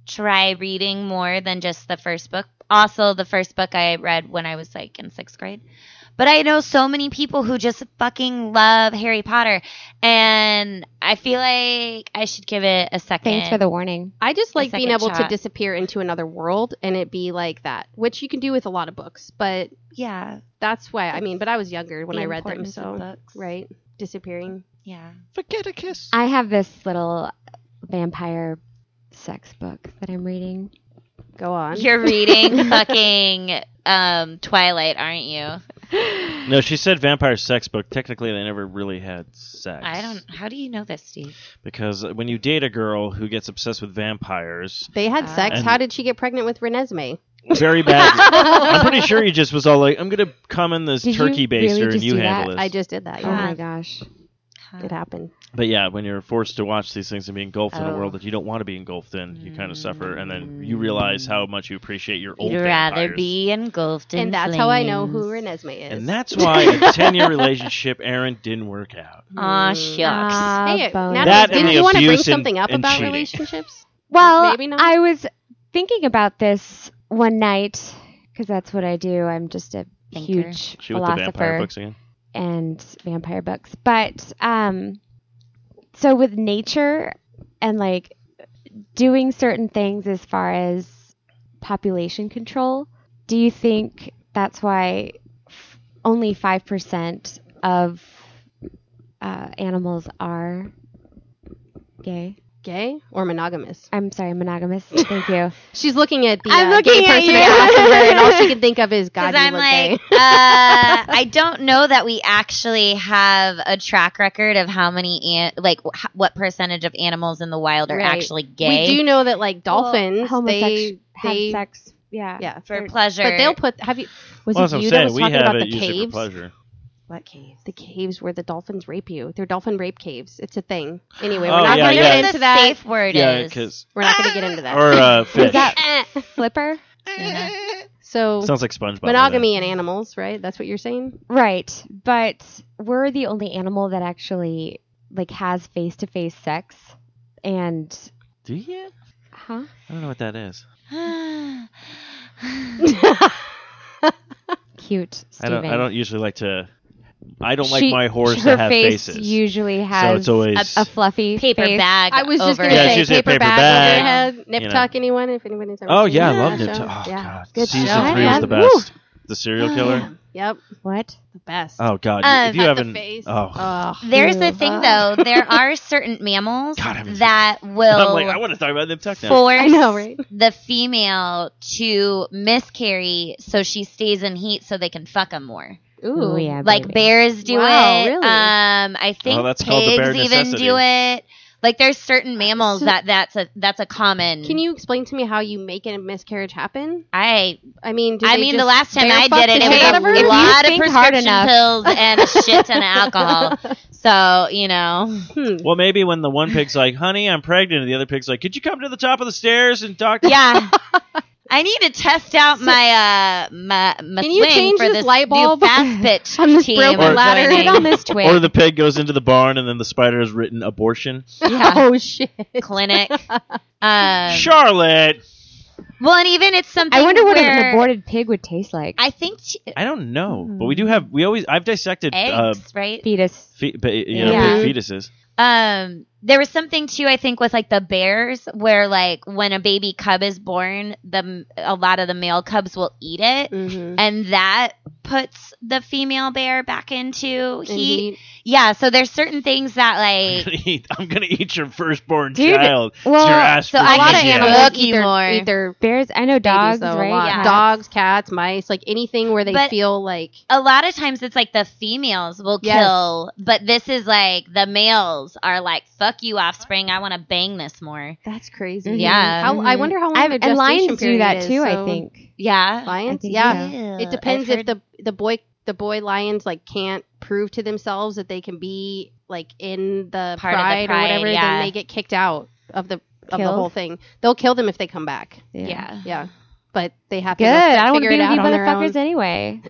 Speaker 6: try reading more than just the first book also the first book i read when i was like in sixth grade But I know so many people who just fucking love Harry Potter, and I feel like I should give it a second.
Speaker 7: Thanks for the warning.
Speaker 8: I just like being
Speaker 6: second
Speaker 8: able to
Speaker 6: shot.
Speaker 8: disappear into another world and it be like that, which you can do with a lot of books. But
Speaker 6: yeah.
Speaker 8: that's why I mean. But I was younger when
Speaker 6: the
Speaker 8: I read them,
Speaker 6: importance of
Speaker 8: so
Speaker 6: books.
Speaker 8: right, disappearing.
Speaker 6: Yeah.
Speaker 2: Forget a kiss.
Speaker 7: I have this little vampire sex book that I'm reading.
Speaker 8: Go on.
Speaker 6: You're
Speaker 8: (laughs)
Speaker 6: reading fucking um, Twilight, aren't you?
Speaker 2: No, she said vampire sex book. Technically, they never really had sex.
Speaker 6: I don't. How do you know this, Steve?
Speaker 2: because when you date a girl who gets obsessed with vampires,
Speaker 8: They had
Speaker 6: Uh,
Speaker 8: sex.
Speaker 2: And-
Speaker 8: How did she get pregnant with Renesmee?
Speaker 2: very bad. I'm pretty sure you just was all like, "I'm gonna come in this
Speaker 7: Did you
Speaker 2: turkey baster
Speaker 7: really
Speaker 2: and
Speaker 7: just
Speaker 2: you
Speaker 7: do
Speaker 2: handle
Speaker 7: that?
Speaker 2: this."
Speaker 8: I just did that.
Speaker 7: Oh
Speaker 8: Yeah,
Speaker 7: my gosh.
Speaker 8: it happened.
Speaker 2: But yeah, when you're forced to watch these things and be engulfed in a
Speaker 6: Oh.
Speaker 2: world that you don't want to be engulfed in, you kind of suffer, and then you realize how much you appreciate your old
Speaker 6: You'd rather
Speaker 2: vampires.
Speaker 6: be engulfed in
Speaker 8: And that's how I know who
Speaker 6: flames.
Speaker 8: Renesmee is.
Speaker 2: And that's why a ten-year relationship, Aaron, didn't work out.
Speaker 6: Aw,
Speaker 8: Mm.
Speaker 6: shucks.
Speaker 7: Ah,
Speaker 8: Hey,
Speaker 7: bone.
Speaker 8: Natalie,
Speaker 2: That and
Speaker 8: did
Speaker 2: the
Speaker 8: you want to bring
Speaker 2: abuse and-
Speaker 8: something up
Speaker 2: and
Speaker 8: about
Speaker 2: cheating.
Speaker 8: relationships?
Speaker 7: Well,
Speaker 8: Maybe not.
Speaker 7: I was thinking about this one night because that's what I do. I'm just a
Speaker 6: Thinker.
Speaker 7: huge
Speaker 2: She with the vampire
Speaker 7: philosopher
Speaker 2: books again.
Speaker 7: and vampire books. But um, so with nature and like doing certain things as far as population control, do you think that's why f- only five percent of uh, animals are gay?
Speaker 8: Gay or monogamous?
Speaker 7: I'm sorry, monogamous. Thank (laughs) you.
Speaker 8: She's looking at the
Speaker 7: I'm
Speaker 8: uh,
Speaker 7: looking
Speaker 8: gay
Speaker 7: at
Speaker 8: person
Speaker 7: you.
Speaker 8: across from her, and all she can think of is God.
Speaker 6: Because
Speaker 8: You
Speaker 6: I'm
Speaker 8: look
Speaker 6: like,
Speaker 8: gay.
Speaker 6: uh, I don't know that we actually have a track record of how many, an- like, wh- what percentage of animals in the wild are
Speaker 8: Right.
Speaker 6: actually (laughs) gay
Speaker 8: We do know that like dolphins,
Speaker 7: Well,
Speaker 8: they
Speaker 7: homosex- have
Speaker 8: they
Speaker 7: sex. Yeah.
Speaker 8: yeah,
Speaker 6: for pleasure.
Speaker 8: but they'll put. Have you? Was
Speaker 2: well,
Speaker 8: it
Speaker 2: that's
Speaker 8: you
Speaker 2: what
Speaker 8: that
Speaker 2: I'm
Speaker 8: was
Speaker 2: saying. We
Speaker 8: talking
Speaker 2: have
Speaker 8: about
Speaker 2: it
Speaker 8: the
Speaker 2: usually for
Speaker 8: caves?
Speaker 2: pleasure.
Speaker 6: what cave?
Speaker 8: The caves where the dolphins rape you. They're dolphin rape caves. It's a thing. Anyway,
Speaker 2: Oh,
Speaker 8: we're not
Speaker 2: yeah,
Speaker 8: going to
Speaker 2: yeah.
Speaker 8: get
Speaker 6: the
Speaker 8: into that.
Speaker 6: safe word
Speaker 2: Yeah,
Speaker 6: is.
Speaker 2: because
Speaker 8: We're not going to get into that.
Speaker 2: or uh, fish
Speaker 7: Is that flipper?
Speaker 6: Yeah.
Speaker 8: so
Speaker 2: sounds like SpongeBob. doesn't it?
Speaker 8: monogamy and animals, right? That's what you're saying.
Speaker 7: Right. But we're the only animal that actually like has face to face sex and
Speaker 2: Do you?
Speaker 7: huh?
Speaker 2: I don't know what that is. I
Speaker 7: Cute Steven.
Speaker 2: don't. I don't usually like to. I don't
Speaker 7: She-
Speaker 2: like my horse
Speaker 7: her
Speaker 2: to have
Speaker 7: face
Speaker 2: faces.
Speaker 7: usually
Speaker 2: so
Speaker 7: has
Speaker 2: it's always
Speaker 7: a fluffy
Speaker 6: paper
Speaker 7: face.
Speaker 6: bag.
Speaker 8: I was just
Speaker 6: over
Speaker 8: going
Speaker 2: gonna
Speaker 8: to
Speaker 2: Yeah,
Speaker 6: it.
Speaker 2: it's
Speaker 8: say
Speaker 2: usually a
Speaker 8: paper,
Speaker 2: paper
Speaker 8: bag.
Speaker 6: bag.
Speaker 8: overhead, Nip
Speaker 2: You know.
Speaker 8: Tuck. Anyone? If anyone has ever
Speaker 2: Oh
Speaker 8: seen
Speaker 2: yeah, I
Speaker 8: that
Speaker 2: love Nip
Speaker 8: show.
Speaker 2: Tuck. Oh
Speaker 8: yeah.
Speaker 2: god,
Speaker 7: Good
Speaker 2: season
Speaker 7: show.
Speaker 2: three was the
Speaker 7: Yeah.
Speaker 2: best. The serial killer.
Speaker 8: Yep.
Speaker 7: What?
Speaker 8: The best.
Speaker 2: Oh god,
Speaker 6: Um,
Speaker 2: if you
Speaker 8: Cut
Speaker 2: haven't.
Speaker 8: the face.
Speaker 2: Oh
Speaker 8: Ugh.
Speaker 6: There's the
Speaker 7: Ew.
Speaker 6: thing,
Speaker 8: (laughs)
Speaker 6: though. There are certain mammals
Speaker 2: God, I haven't seen
Speaker 6: that will
Speaker 2: (laughs) (laughs) I'm like, I want to talk about Nip Tuck now.
Speaker 6: force
Speaker 8: I know, right?
Speaker 6: the female to miscarry so she stays in heat so they can fuck them more.
Speaker 7: Ooh, Oh, yeah.
Speaker 6: like
Speaker 7: baby.
Speaker 6: bears do
Speaker 8: Wow,
Speaker 6: it.
Speaker 8: really?
Speaker 6: Um, I think
Speaker 2: Oh, that's called the bear
Speaker 6: pigs even
Speaker 2: necessity.
Speaker 6: do it. Like there's certain mammals
Speaker 8: So-
Speaker 6: that that's a that's a common.
Speaker 8: Can you explain to me how you make a miscarriage happen?
Speaker 6: I
Speaker 8: I mean, do
Speaker 6: I
Speaker 8: they
Speaker 6: mean the
Speaker 8: just
Speaker 6: last time I
Speaker 8: bare fuck
Speaker 6: did it,
Speaker 8: the
Speaker 6: it
Speaker 8: shit out of her?
Speaker 6: was
Speaker 7: If
Speaker 6: a
Speaker 7: you
Speaker 6: lot of
Speaker 7: think hard
Speaker 6: prescription
Speaker 7: enough.
Speaker 6: pills and a
Speaker 8: (laughs)
Speaker 6: shit ton of alcohol. So you know,
Speaker 8: Hmm.
Speaker 2: Well, maybe when the one pig's like, "Honey, I'm pregnant," and the other pig's like, "Could you come to the top of the stairs and talk?" (laughs) to
Speaker 6: yeah. I need to test out my uh my my
Speaker 8: Can you
Speaker 6: swing
Speaker 8: change
Speaker 6: for
Speaker 8: this
Speaker 6: this
Speaker 8: light bulb
Speaker 6: new
Speaker 8: (laughs)
Speaker 6: fast pitch
Speaker 8: on this
Speaker 6: team
Speaker 8: broken
Speaker 6: we're
Speaker 8: ladder?
Speaker 6: joining.
Speaker 7: Sit on
Speaker 6: (laughs)
Speaker 7: this twig.
Speaker 2: Or the pig goes into the barn, and then the spider has written abortion.
Speaker 6: Yeah.
Speaker 8: (laughs) Oh shit! (laughs)
Speaker 6: clinic. Um,
Speaker 2: Charlotte,
Speaker 6: Well, and even it's something.
Speaker 7: I wonder what
Speaker 6: where
Speaker 7: an aborted pig would taste like.
Speaker 6: I think t-
Speaker 2: I don't know, but we do have. We always. I've dissected. Uh,
Speaker 6: eggs, right?
Speaker 7: Fetus.
Speaker 2: fe- ba- you know,
Speaker 7: Yeah.
Speaker 2: big fetuses.
Speaker 6: Um, there was something too i think with like the bears where like when a baby cub is born the a lot of the male cubs will eat it
Speaker 8: Mm-hmm.
Speaker 6: and that puts the female bear back into heat yeah so there's certain things that like
Speaker 8: (laughs)
Speaker 2: gonna eat, I'm gonna eat your firstborn
Speaker 7: Dude,
Speaker 2: child. It's
Speaker 7: well,
Speaker 2: your ass
Speaker 6: so
Speaker 2: for
Speaker 6: I got
Speaker 2: me,
Speaker 6: an
Speaker 2: yeah.
Speaker 6: animal.
Speaker 8: animals
Speaker 6: Cookie
Speaker 8: eat
Speaker 6: more.
Speaker 8: their, eat their
Speaker 7: Bears. I know dogs,
Speaker 8: babies, though, a
Speaker 7: right?
Speaker 8: lot.
Speaker 6: Yeah.
Speaker 8: Dogs, cats, mice, like anything where they
Speaker 6: But-
Speaker 8: feel like
Speaker 6: a lot of times it's like the females will
Speaker 8: Yes.
Speaker 6: kill but this is like the males are like fuck you offspring i want to bang this more
Speaker 8: that's crazy.
Speaker 6: Mhm. Yeah.
Speaker 8: How, Mm-hmm. I
Speaker 7: Mhm.
Speaker 8: wonder how long
Speaker 7: I've,
Speaker 8: the
Speaker 7: and lions
Speaker 8: gestation
Speaker 7: do
Speaker 8: period
Speaker 7: that
Speaker 8: is,
Speaker 7: too. I
Speaker 8: so-
Speaker 7: think.
Speaker 6: yeah
Speaker 8: Lions,
Speaker 7: think
Speaker 8: yeah.
Speaker 6: Ew,
Speaker 8: It depends
Speaker 6: I've
Speaker 8: if the the boy the boy lions like can't prove to themselves that they can be like in the,
Speaker 6: Part of the
Speaker 8: pride,
Speaker 6: pride,
Speaker 8: or whatever,
Speaker 6: yeah.
Speaker 8: then they get kicked out of the of the
Speaker 7: Killed?
Speaker 8: whole thing. They'll kill them if they come back.
Speaker 7: Yeah.
Speaker 6: heard- yeah
Speaker 8: Yeah, but they have to
Speaker 7: Good.
Speaker 8: go
Speaker 7: I don't want to
Speaker 8: figure
Speaker 7: be
Speaker 8: it
Speaker 7: with you
Speaker 8: out on their
Speaker 7: motherfuckers
Speaker 8: own. (clears throat)
Speaker 7: anyway.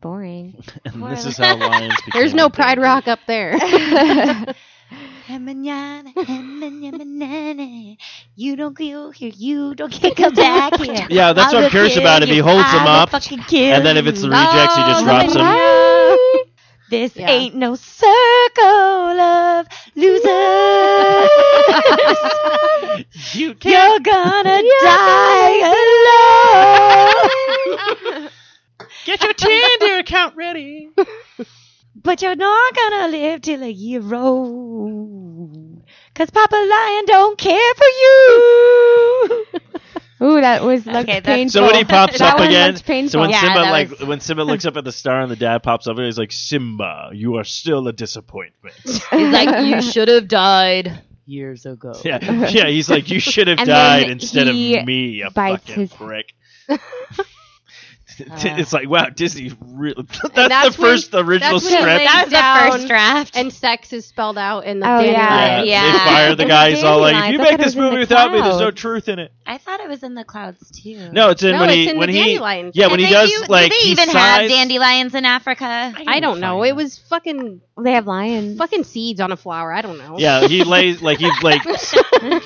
Speaker 7: Boring.
Speaker 2: (laughs) And this is how lions. became
Speaker 8: There's no
Speaker 2: what they
Speaker 8: pride
Speaker 2: do.
Speaker 8: rock up there. (laughs)
Speaker 6: Manana, manana, manana. you don't go here you don't (laughs) get come back here
Speaker 2: Yeah, that's
Speaker 6: I
Speaker 2: what
Speaker 6: will
Speaker 2: I'm curious
Speaker 6: kill
Speaker 2: about. If he
Speaker 6: you.
Speaker 2: holds
Speaker 6: I
Speaker 2: them
Speaker 6: will
Speaker 2: up,
Speaker 6: fucking kill
Speaker 2: and then if it's the rejects, he just
Speaker 6: Oh,
Speaker 2: drops them.
Speaker 6: no. This
Speaker 8: Yeah.
Speaker 6: ain't no circle of
Speaker 8: (laughs)
Speaker 6: losers.
Speaker 2: You
Speaker 6: You're gonna die alone.
Speaker 2: get your Tinder account ready.
Speaker 6: but you're not gonna live till a year old. Cause Papa Lion don't care for you.
Speaker 7: Ooh, that was looked
Speaker 6: that's-
Speaker 7: painful.
Speaker 2: So when
Speaker 7: (laughs)
Speaker 2: he pops
Speaker 7: That
Speaker 2: up
Speaker 7: one
Speaker 2: again,
Speaker 7: looks painful.
Speaker 2: so when
Speaker 6: Yeah,
Speaker 2: Simba
Speaker 6: that
Speaker 2: like
Speaker 6: was-
Speaker 2: when Simba looks up at the star and the dad pops up and he's like, "Simba, you are still a disappointment."
Speaker 6: should have died years ago.
Speaker 2: (laughs) yeah, yeah. He's like, "You should have
Speaker 7: And
Speaker 2: died
Speaker 7: then
Speaker 2: instead of
Speaker 7: he
Speaker 2: me, a
Speaker 7: bites
Speaker 2: fucking
Speaker 7: his-
Speaker 2: prick." it's like wow, Disney. Really, (laughs) that's,
Speaker 8: that's
Speaker 2: the
Speaker 8: when-
Speaker 2: first original
Speaker 8: that's when
Speaker 2: script.
Speaker 8: they-
Speaker 6: That was
Speaker 8: Down
Speaker 6: the first draft.
Speaker 8: and sex is spelled out in the
Speaker 7: Oh,
Speaker 8: dandelion.
Speaker 7: yeah.
Speaker 2: Yeah. They
Speaker 6: Yeah.
Speaker 2: fire the
Speaker 7: It's
Speaker 2: guy. He's all like, "If
Speaker 7: dandelions.
Speaker 2: you
Speaker 7: I
Speaker 2: make
Speaker 7: thought it
Speaker 2: this
Speaker 7: was in
Speaker 2: movie
Speaker 7: the
Speaker 2: without me, there's no
Speaker 7: clouds."
Speaker 2: truth in it."
Speaker 6: I thought it was in the clouds too.
Speaker 2: No, it's in
Speaker 8: No,
Speaker 2: when
Speaker 8: it's
Speaker 2: he
Speaker 8: in
Speaker 2: when
Speaker 8: the
Speaker 2: he
Speaker 8: dandelions.
Speaker 2: yeah when
Speaker 6: Do
Speaker 2: he
Speaker 6: they
Speaker 2: does
Speaker 6: do-
Speaker 2: like
Speaker 6: do they
Speaker 2: he
Speaker 6: even have
Speaker 2: sighs-
Speaker 6: dandelions in Africa?
Speaker 8: I don't know.
Speaker 2: Fine.
Speaker 8: It was fucking (laughs)
Speaker 7: they have lions.
Speaker 8: fucking seeds on a flower. I don't know.
Speaker 2: Yeah, he lays like he like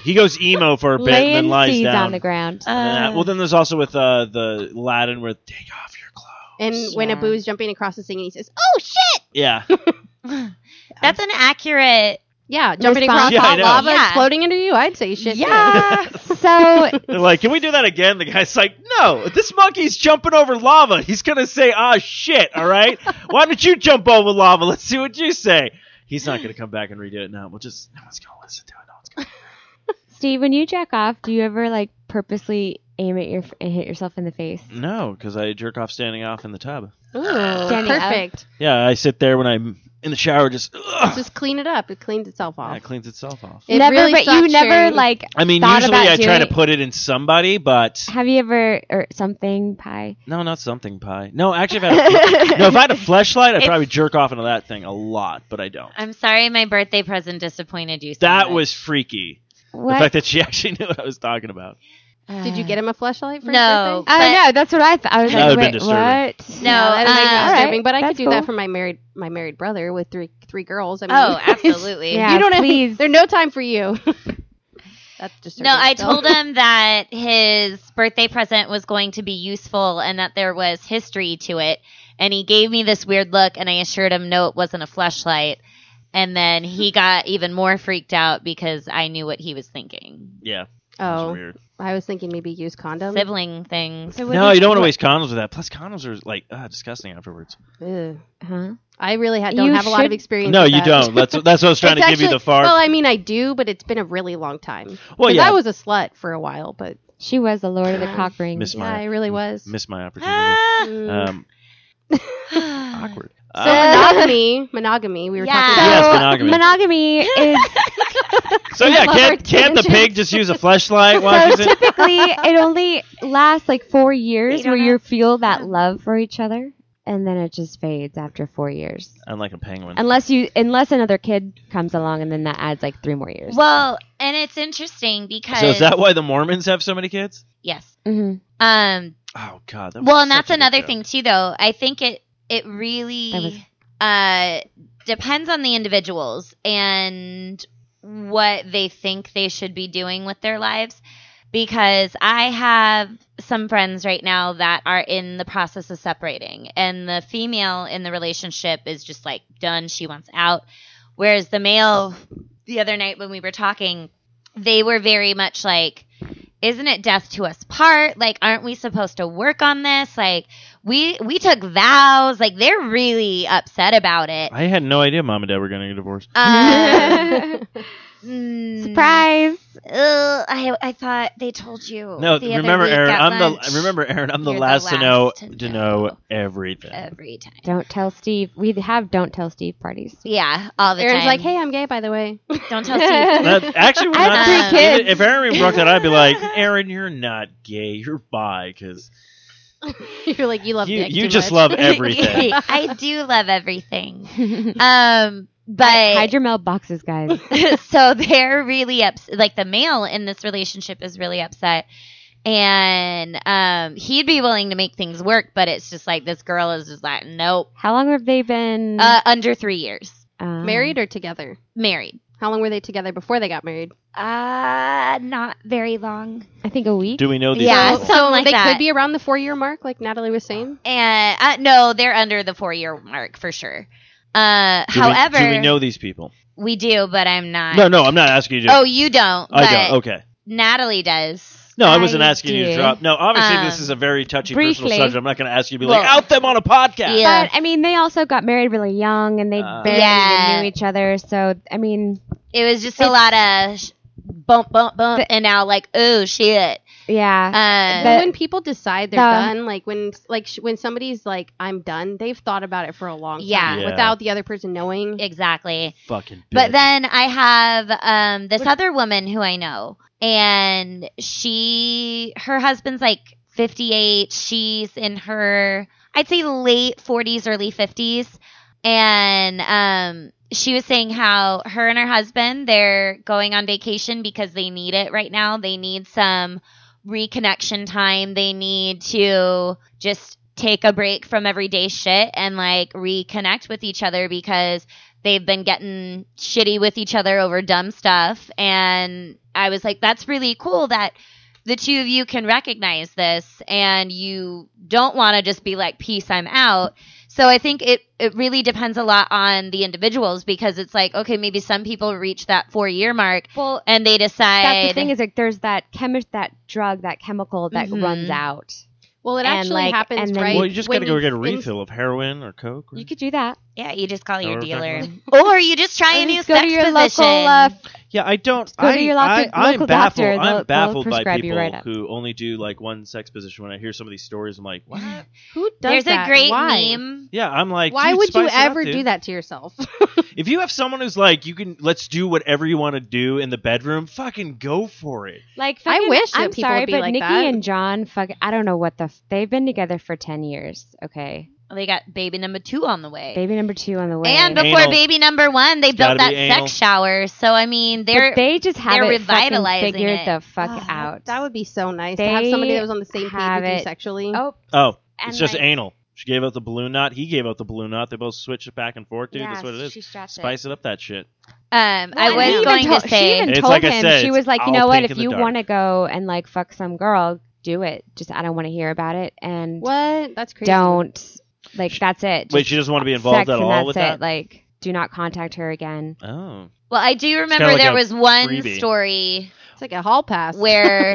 Speaker 2: he goes emo for a bit and then
Speaker 7: Laying
Speaker 2: lies
Speaker 7: seeds
Speaker 2: down.
Speaker 7: on the ground.
Speaker 8: Uh,
Speaker 2: Yeah, well, then there's also with uh, the Aladdin with take off your clothes.
Speaker 8: And when
Speaker 6: Yeah.
Speaker 8: Abu's jumping across the thing, and he says, "Oh shit!"
Speaker 2: Yeah,
Speaker 6: that's an accurate.
Speaker 8: Yeah, jumping
Speaker 7: Response.
Speaker 8: across
Speaker 2: Yeah, I
Speaker 8: hot
Speaker 2: know.
Speaker 8: lava,
Speaker 6: Yeah.
Speaker 8: exploding into you. I'd say shit. too. (laughs)
Speaker 6: Yeah.
Speaker 7: (laughs) So
Speaker 2: they're like, can we do that again? The guy's like, no, this monkey's jumping over lava. He's gonna say, ah, shit. All right, why don't you jump over lava? Let's see what you say. He's not gonna come back and redo it now. We'll just no one's gonna listen to it. No one's gonna.
Speaker 7: Steve, when you jack off, do you ever like purposely aim at your and hit yourself in the face?
Speaker 2: No, because I jerk off standing off in the tub.
Speaker 8: Ooh,
Speaker 7: Standing up.
Speaker 8: perfect.
Speaker 2: Yeah, I sit there when I'm in the shower, just ugh,
Speaker 8: Just clean it up. It cleans itself
Speaker 2: and
Speaker 8: off.
Speaker 2: it cleans itself off.
Speaker 8: It
Speaker 7: never,
Speaker 8: really
Speaker 7: but
Speaker 8: sucks,
Speaker 7: you never
Speaker 8: Sharon.
Speaker 7: like.
Speaker 2: I mean,
Speaker 7: Thought
Speaker 2: usually I
Speaker 7: about
Speaker 2: try to
Speaker 7: doing-
Speaker 2: put it in somebody, but
Speaker 7: Have you ever or something pie?
Speaker 2: no, not something pie. (laughs) No, actually, if I
Speaker 7: (laughs)
Speaker 2: had a, no, if I had a fleshlight, I'd
Speaker 6: It's-
Speaker 2: probably jerk off into that thing a lot, but I don't.
Speaker 6: I'm sorry, my birthday present disappointed you. So
Speaker 2: That
Speaker 6: much.
Speaker 2: was freaky. The
Speaker 7: What?
Speaker 2: fact that she (laughs) actually knew what I was talking about.
Speaker 8: Did you
Speaker 6: Uh,
Speaker 8: get him a flashlight for
Speaker 6: No.
Speaker 8: his birthday?
Speaker 7: I don't know. That's what I thought. I was
Speaker 2: That
Speaker 7: like,
Speaker 2: would've been
Speaker 7: wait,
Speaker 2: disturbing.
Speaker 7: what?
Speaker 6: No,
Speaker 8: No, that'd make it
Speaker 6: uh,
Speaker 8: disturbing,
Speaker 7: alright,
Speaker 8: but I could
Speaker 7: that's
Speaker 8: do
Speaker 7: cool.
Speaker 8: that for my married my married brother with three three girls. I mean, (laughs)
Speaker 6: Oh, absolutely.
Speaker 7: Yeah,
Speaker 8: you don't
Speaker 7: please.
Speaker 8: have there's no time
Speaker 6: (laughs)
Speaker 8: for you. That's disturbing.
Speaker 6: No, I
Speaker 8: So-
Speaker 6: told him that his birthday present was going to be useful and that there was history to it. And he gave me this weird look, and I assured him no, it wasn't a flashlight. And then he got even more freaked out because I knew what he was thinking.
Speaker 2: Yeah. That was
Speaker 8: Oh,
Speaker 2: weird.
Speaker 8: I was thinking maybe use condom.
Speaker 6: Sibling things.
Speaker 7: So what
Speaker 2: No,
Speaker 7: did-
Speaker 2: you don't want to waste condoms with that. Plus, condoms are like ugh, disgusting afterwards.
Speaker 8: Ugh.
Speaker 7: Huh?
Speaker 8: I really ha- don't
Speaker 7: You
Speaker 8: have a lot
Speaker 7: should-
Speaker 8: of experience.
Speaker 2: No,
Speaker 8: with
Speaker 2: you
Speaker 8: that.
Speaker 2: don't. That's that's what
Speaker 6: (laughs)
Speaker 2: I was trying to
Speaker 8: It's
Speaker 2: give you the
Speaker 8: actually-
Speaker 2: far.
Speaker 8: Well, I mean, I do, but it's been a really long time.
Speaker 2: Well,
Speaker 8: 'Cause
Speaker 2: yeah,
Speaker 8: I was a slut for a while, but
Speaker 7: She was the Lord of the
Speaker 8: Yeah.
Speaker 7: Cock Ring.
Speaker 2: miss
Speaker 8: yeah,
Speaker 2: my
Speaker 8: I really was.
Speaker 2: miss my opportunity.
Speaker 6: Ah. (laughs)
Speaker 8: Mm.
Speaker 2: Um, awkward.
Speaker 8: so
Speaker 2: Uh,
Speaker 8: monogamy, monogamy. We were
Speaker 6: Yeah.
Speaker 8: talking. About,
Speaker 2: Yes,
Speaker 7: So,
Speaker 2: monogamy.
Speaker 7: monogamy is (laughs)
Speaker 2: so yeah,
Speaker 7: love our
Speaker 2: can't can't the pig just use a flashlight while
Speaker 7: so
Speaker 6: (laughs)
Speaker 2: she's in?
Speaker 7: typically it only lasts like four years
Speaker 6: don't
Speaker 7: where you
Speaker 6: have-
Speaker 7: feel that love for each other, and then it just fades after four years.
Speaker 2: Unlike a penguin.
Speaker 7: Unless you, unless another kid comes along, and then that adds like three more years.
Speaker 6: Well, and it's interesting because.
Speaker 2: So is that why the Mormons have so many kids?
Speaker 6: Yes.
Speaker 7: hmm
Speaker 6: Um,
Speaker 2: Oh God. That was
Speaker 6: well and
Speaker 2: such
Speaker 6: that's
Speaker 2: a good
Speaker 6: another
Speaker 2: joke.
Speaker 6: thing too though i think it it really
Speaker 7: That was-
Speaker 6: uh depends on the individuals and what they think they should be doing with their lives because i have some friends right now that are in the process of separating and the female in the relationship is just like done she wants out whereas the male the other night when we were talking, they were very much like, isn't it death to us part? Like, aren't we supposed to work on this? Like, we we took vows. Like, they're really upset about it.
Speaker 2: I had no idea mom and dad were going to get divorced.
Speaker 6: Uh, mm,
Speaker 7: Surprise!
Speaker 6: Ugh, I, I thought they told you.
Speaker 2: No,
Speaker 6: the other
Speaker 2: remember
Speaker 6: week
Speaker 2: Aaron,
Speaker 6: at
Speaker 2: I'm
Speaker 6: lunch.
Speaker 2: the remember Aaron, I'm the
Speaker 6: You're the
Speaker 2: last, to
Speaker 6: last
Speaker 2: know
Speaker 6: to
Speaker 2: to
Speaker 6: know.
Speaker 2: know everything.
Speaker 6: every time.
Speaker 7: Don't tell Steve. We have don't tell Steve parties.
Speaker 6: Yeah, all the
Speaker 7: Aaron's
Speaker 6: time.
Speaker 7: like, hey, I'm gay, by
Speaker 2: (laughs)
Speaker 7: the way.
Speaker 6: don't tell Steve.
Speaker 2: That actually would
Speaker 7: I have
Speaker 2: not
Speaker 6: three
Speaker 2: even-
Speaker 7: kids.
Speaker 2: If Aaron broke that, I'd be
Speaker 7: (laughs)
Speaker 2: like, Aaron, you're not gay. You're bi because
Speaker 7: You're like, you love
Speaker 2: you,
Speaker 7: dick
Speaker 2: you
Speaker 7: too
Speaker 2: just
Speaker 7: much.
Speaker 8: (laughs)
Speaker 2: love everything.
Speaker 6: (laughs) I do love everything. Um, but
Speaker 7: Hide your mailboxes, (laughs) guys.
Speaker 6: (laughs) so they're really upset. Like the male in this relationship is really upset, and um, he'd be willing to make things work, but it's just like this girl is just like, nope.
Speaker 7: How long have they been
Speaker 6: Uh, under three years
Speaker 7: um,
Speaker 8: Married or together?
Speaker 6: married.
Speaker 8: How long were they together before they got married?
Speaker 6: Uh, not very long.
Speaker 7: I think a week.
Speaker 2: Do we know these?
Speaker 6: Yeah,
Speaker 2: people?
Speaker 6: something like
Speaker 8: they
Speaker 6: that.
Speaker 8: could be around the four year mark, like Natalie was saying.
Speaker 6: and uh, no, they're under the four-year mark for sure. Uh,
Speaker 2: Do we-
Speaker 6: however,
Speaker 2: do we know these people?
Speaker 6: we do, but I'm not.
Speaker 2: No, no, I'm not asking you. to.
Speaker 6: Oh, you don't.
Speaker 2: I
Speaker 6: but
Speaker 2: don't. Okay.
Speaker 6: Natalie does.
Speaker 2: No, I wasn't
Speaker 7: I
Speaker 2: asking you to
Speaker 7: did.
Speaker 2: drop. No, obviously this
Speaker 6: Um,
Speaker 2: is a very touchy personal
Speaker 7: briefly.
Speaker 2: subject. I'm not going to ask you to be like
Speaker 6: Well,
Speaker 2: out them on a podcast.
Speaker 6: yeah.
Speaker 7: But I mean, they also got married really young, and they
Speaker 2: Ah.
Speaker 7: barely
Speaker 6: Yeah.
Speaker 7: even knew each other. So I mean,
Speaker 6: It was just a lot of sh- bump, bump, bump, and now like, oh shit.
Speaker 7: yeah.
Speaker 6: Uh,
Speaker 7: But-
Speaker 8: when people decide they're
Speaker 7: The-
Speaker 8: done, like when like sh- when somebody's like I'm done, they've thought about it for a long time
Speaker 6: Yeah.
Speaker 2: Yeah.
Speaker 8: without the other person knowing.
Speaker 6: exactly.
Speaker 2: Fucking.
Speaker 6: But
Speaker 2: bitch.
Speaker 6: then I have um, this other woman who I know, and she, her husband's like 58. She's in her, I'd say late 40s, early 50s. And um, she was saying how her and her husband, they're going on vacation because they need it right now. They need some reconnection time. They need to just take a break from everyday shit and like reconnect with each other because they've been getting shitty with each other over dumb stuff and i was like that's really cool that the two of you can recognize this and you don't want to just be like peace i'm out so i think it, it really depends a lot on the individuals because it's like okay maybe some people reach that four year mark
Speaker 7: well,
Speaker 6: and they decide
Speaker 7: that's the thing is like there's that chemi- that drug, that chemical that
Speaker 6: Mhm.
Speaker 7: runs out.
Speaker 8: Well, it
Speaker 7: And,
Speaker 8: actually
Speaker 7: like,
Speaker 8: happens
Speaker 7: and then-
Speaker 8: right.
Speaker 2: well, you just
Speaker 8: when
Speaker 2: got to go
Speaker 8: you
Speaker 2: get a
Speaker 8: in-
Speaker 2: refill of heroin or coke. Or,
Speaker 7: You could do that.
Speaker 6: yeah you just call
Speaker 2: No,
Speaker 6: your
Speaker 2: we're
Speaker 6: dealer
Speaker 2: talking
Speaker 6: (laughs) or you just try a
Speaker 7: Or
Speaker 6: new
Speaker 7: just go
Speaker 6: sex
Speaker 7: to your
Speaker 6: position
Speaker 7: local. Uh,
Speaker 2: yeah, I don't.
Speaker 7: go to
Speaker 2: I,
Speaker 7: your
Speaker 2: I,
Speaker 7: local-
Speaker 2: I'm
Speaker 7: local
Speaker 2: baffled.
Speaker 7: doctor. They'll-
Speaker 2: I'm
Speaker 7: they'll
Speaker 2: baffled by
Speaker 7: prescribe you
Speaker 2: people
Speaker 7: right up.
Speaker 2: who only do like one sex position. When I hear some of these stories, I'm like, what?
Speaker 7: Mm-hmm.
Speaker 8: Who
Speaker 6: there's
Speaker 8: does that?
Speaker 6: a great
Speaker 8: Why?
Speaker 6: meme
Speaker 2: Yeah, I'm like,
Speaker 8: Why
Speaker 2: dude,
Speaker 8: would you
Speaker 2: spice it up,
Speaker 8: ever
Speaker 2: dude.
Speaker 8: do that to yourself?
Speaker 2: If you have someone who's like, you can let's do whatever you want to do in the bedroom, fucking go for it.
Speaker 7: Like
Speaker 8: I
Speaker 7: fucking-
Speaker 8: wish that
Speaker 7: I'm
Speaker 8: people
Speaker 7: sorry,
Speaker 8: would be
Speaker 7: but
Speaker 8: like
Speaker 7: Nikki
Speaker 8: that.
Speaker 7: and John, fuck, I don't know what the. F- they've been together for ten years. Okay,
Speaker 6: they got baby number two on the way
Speaker 7: baby number two on the way.
Speaker 6: And
Speaker 2: but-
Speaker 6: before
Speaker 2: Anal.
Speaker 6: baby number one, they built
Speaker 2: gotta
Speaker 6: that
Speaker 2: be anal.
Speaker 6: sex shower. So I mean, they're
Speaker 7: But they just have
Speaker 6: they're
Speaker 7: it fucking
Speaker 6: revitalizing
Speaker 7: figured
Speaker 6: it.
Speaker 7: the fuck
Speaker 8: Ah, that-
Speaker 7: out.
Speaker 8: That would be so nice to have somebody
Speaker 7: They
Speaker 8: that was on the same page
Speaker 7: have
Speaker 8: with you
Speaker 7: it-
Speaker 8: sexually.
Speaker 7: Oh,
Speaker 2: Oh,
Speaker 6: and,
Speaker 2: it's just
Speaker 6: like,
Speaker 2: anal. She gave out the balloon knot. He gave out the balloon knot. They both switch it back and forth, dude. That's what it is.
Speaker 6: She strapped
Speaker 2: Spice it up that shit.
Speaker 6: Um,
Speaker 7: Well,
Speaker 6: I
Speaker 7: and
Speaker 6: was
Speaker 7: he even
Speaker 6: going
Speaker 7: told-
Speaker 6: to
Speaker 7: she
Speaker 6: say
Speaker 7: even
Speaker 2: It's
Speaker 7: told
Speaker 2: like I
Speaker 7: him
Speaker 2: said,
Speaker 7: she
Speaker 2: it's
Speaker 7: was like, you
Speaker 2: all
Speaker 7: know what?
Speaker 2: pink
Speaker 7: If
Speaker 2: in the
Speaker 7: you
Speaker 2: dark.
Speaker 7: want to go and like fuck some girl, do it. Just I don't want to hear about it and
Speaker 8: What? That's crazy.
Speaker 7: don't like that's it.
Speaker 2: Wait,
Speaker 7: Just
Speaker 2: she doesn't want to be involved
Speaker 7: sex
Speaker 2: at
Speaker 7: and
Speaker 2: all
Speaker 7: that's
Speaker 2: with
Speaker 7: it.
Speaker 2: that.
Speaker 7: Like, do not contact her again.
Speaker 2: oh,
Speaker 6: Well, I do remember
Speaker 2: kinda like
Speaker 6: there
Speaker 2: a
Speaker 6: was one
Speaker 2: freebie.
Speaker 6: story
Speaker 8: It's like a hall pass.
Speaker 6: where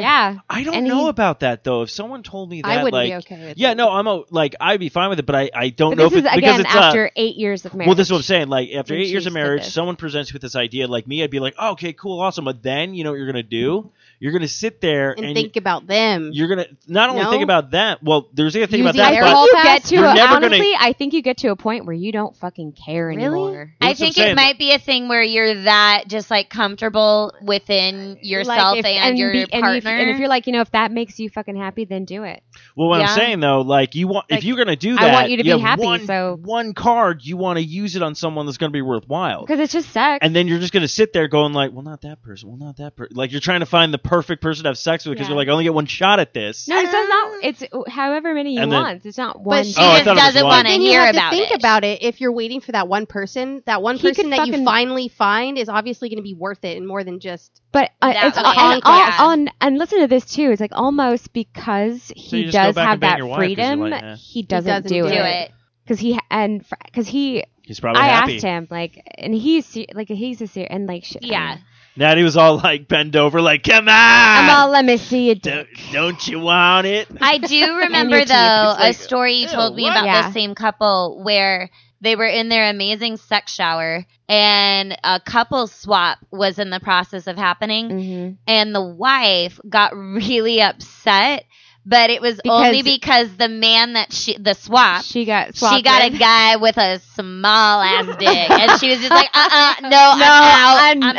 Speaker 7: (laughs) Yeah,
Speaker 2: I don't
Speaker 7: And
Speaker 2: know
Speaker 7: he-
Speaker 2: about that though. If someone told me that,
Speaker 8: I wouldn't
Speaker 2: like,
Speaker 8: be okay with
Speaker 2: yeah,
Speaker 8: it.
Speaker 2: no, I'm a, like, I'd be fine with it, but I, I don't
Speaker 7: but
Speaker 2: know if
Speaker 7: this is
Speaker 2: it's because
Speaker 7: again
Speaker 2: it's uh,
Speaker 7: after eight years of marriage.
Speaker 2: Well, this is what I'm saying. Like after
Speaker 7: And
Speaker 2: eight years
Speaker 7: she
Speaker 2: of
Speaker 7: said
Speaker 2: marriage,
Speaker 7: this.
Speaker 2: someone presents you with this idea. Like me, I'd be like, oh, okay, cool, awesome. But then you know what you're gonna do? You're gonna sit there and,
Speaker 8: and, think about them.
Speaker 2: you're gonna not only
Speaker 8: No?
Speaker 2: think about that. Well, there's a thing about
Speaker 8: Using
Speaker 2: that.
Speaker 8: their
Speaker 2: but-
Speaker 8: whole
Speaker 7: You get
Speaker 8: pass?
Speaker 7: to
Speaker 2: You're
Speaker 7: a-
Speaker 2: never gonna-
Speaker 7: honestly, I think you get to a point where you don't fucking care anymore.
Speaker 2: Well,
Speaker 6: I
Speaker 2: that's what I'm
Speaker 6: think
Speaker 2: saying.
Speaker 6: it might be a thing where you're that just like comfortable within yourself
Speaker 7: Like, if-
Speaker 6: and, your
Speaker 7: be- and
Speaker 6: partner.
Speaker 7: If, and if you're like, you know, if that makes you fucking happy, then do it.
Speaker 2: Well, what
Speaker 6: Yeah.
Speaker 2: I'm saying though, like you want if
Speaker 7: Like,
Speaker 2: you're gonna do
Speaker 7: I
Speaker 2: that,
Speaker 7: want you to be
Speaker 2: have
Speaker 7: happy,
Speaker 2: One,
Speaker 7: so-
Speaker 2: one card, you want to use it on someone that's gonna be worthwhile.
Speaker 7: Because it's just sex.
Speaker 2: Oh. And then you're just gonna sit there going like, well, not that person. Well, not that person. Like you're trying to find the perfect person to have sex with because
Speaker 7: Yeah.
Speaker 2: you're like, I only get one shot at this.
Speaker 7: no, it's not. It's however many you
Speaker 2: And then-
Speaker 7: want. It's not one.
Speaker 8: Ah. she
Speaker 6: she
Speaker 2: Oh, I
Speaker 6: just
Speaker 2: thought it was
Speaker 6: doesn't
Speaker 2: one.
Speaker 6: want to
Speaker 8: then you
Speaker 6: hear
Speaker 8: have
Speaker 6: about
Speaker 8: to think
Speaker 6: it.
Speaker 8: about it if you're waiting for that one person. That one
Speaker 7: He could
Speaker 8: person that you
Speaker 7: fucking-
Speaker 8: finally find is obviously going to be worth it and more than just.
Speaker 7: But uh,
Speaker 6: That
Speaker 7: it's
Speaker 6: way.
Speaker 7: on,
Speaker 6: Yeah.
Speaker 7: on, and listen to this too. It's like almost because
Speaker 2: you
Speaker 7: he
Speaker 2: just go
Speaker 7: does
Speaker 2: back and
Speaker 7: have
Speaker 2: bang
Speaker 7: that
Speaker 2: your wife 'cause you're
Speaker 7: freedom,
Speaker 2: like, eh.
Speaker 7: he doesn't
Speaker 8: doesn't
Speaker 7: do
Speaker 8: do
Speaker 6: do
Speaker 7: it
Speaker 6: it.
Speaker 7: because he and because he
Speaker 2: He's probably
Speaker 7: I
Speaker 2: happy.
Speaker 7: asked him like, and he's ser- like he's a ser- and like sh-
Speaker 6: Yeah.
Speaker 2: Natty was all like bend over, like come on,
Speaker 8: Uh,
Speaker 7: I'm all um, let me see you.
Speaker 2: don't, don't you want
Speaker 7: (laughs)
Speaker 2: it?
Speaker 6: I do
Speaker 7: your
Speaker 6: remember
Speaker 7: teeth.
Speaker 6: though
Speaker 7: It's
Speaker 6: a story you told me about
Speaker 7: Yeah.
Speaker 6: the same couple where they were in their amazing sex shower and a couple swap was in the process of happening
Speaker 7: Mm-hmm.
Speaker 6: and the wife got really upset but it was
Speaker 7: Because-
Speaker 6: only because the man that she the swap
Speaker 7: She got
Speaker 6: she got a
Speaker 7: with.
Speaker 6: guy with a small
Speaker 7: (laughs)
Speaker 6: ass dick, and she was just like, "Uh, uh no, I'm
Speaker 7: No,
Speaker 6: out,
Speaker 7: I'm-
Speaker 6: I'm,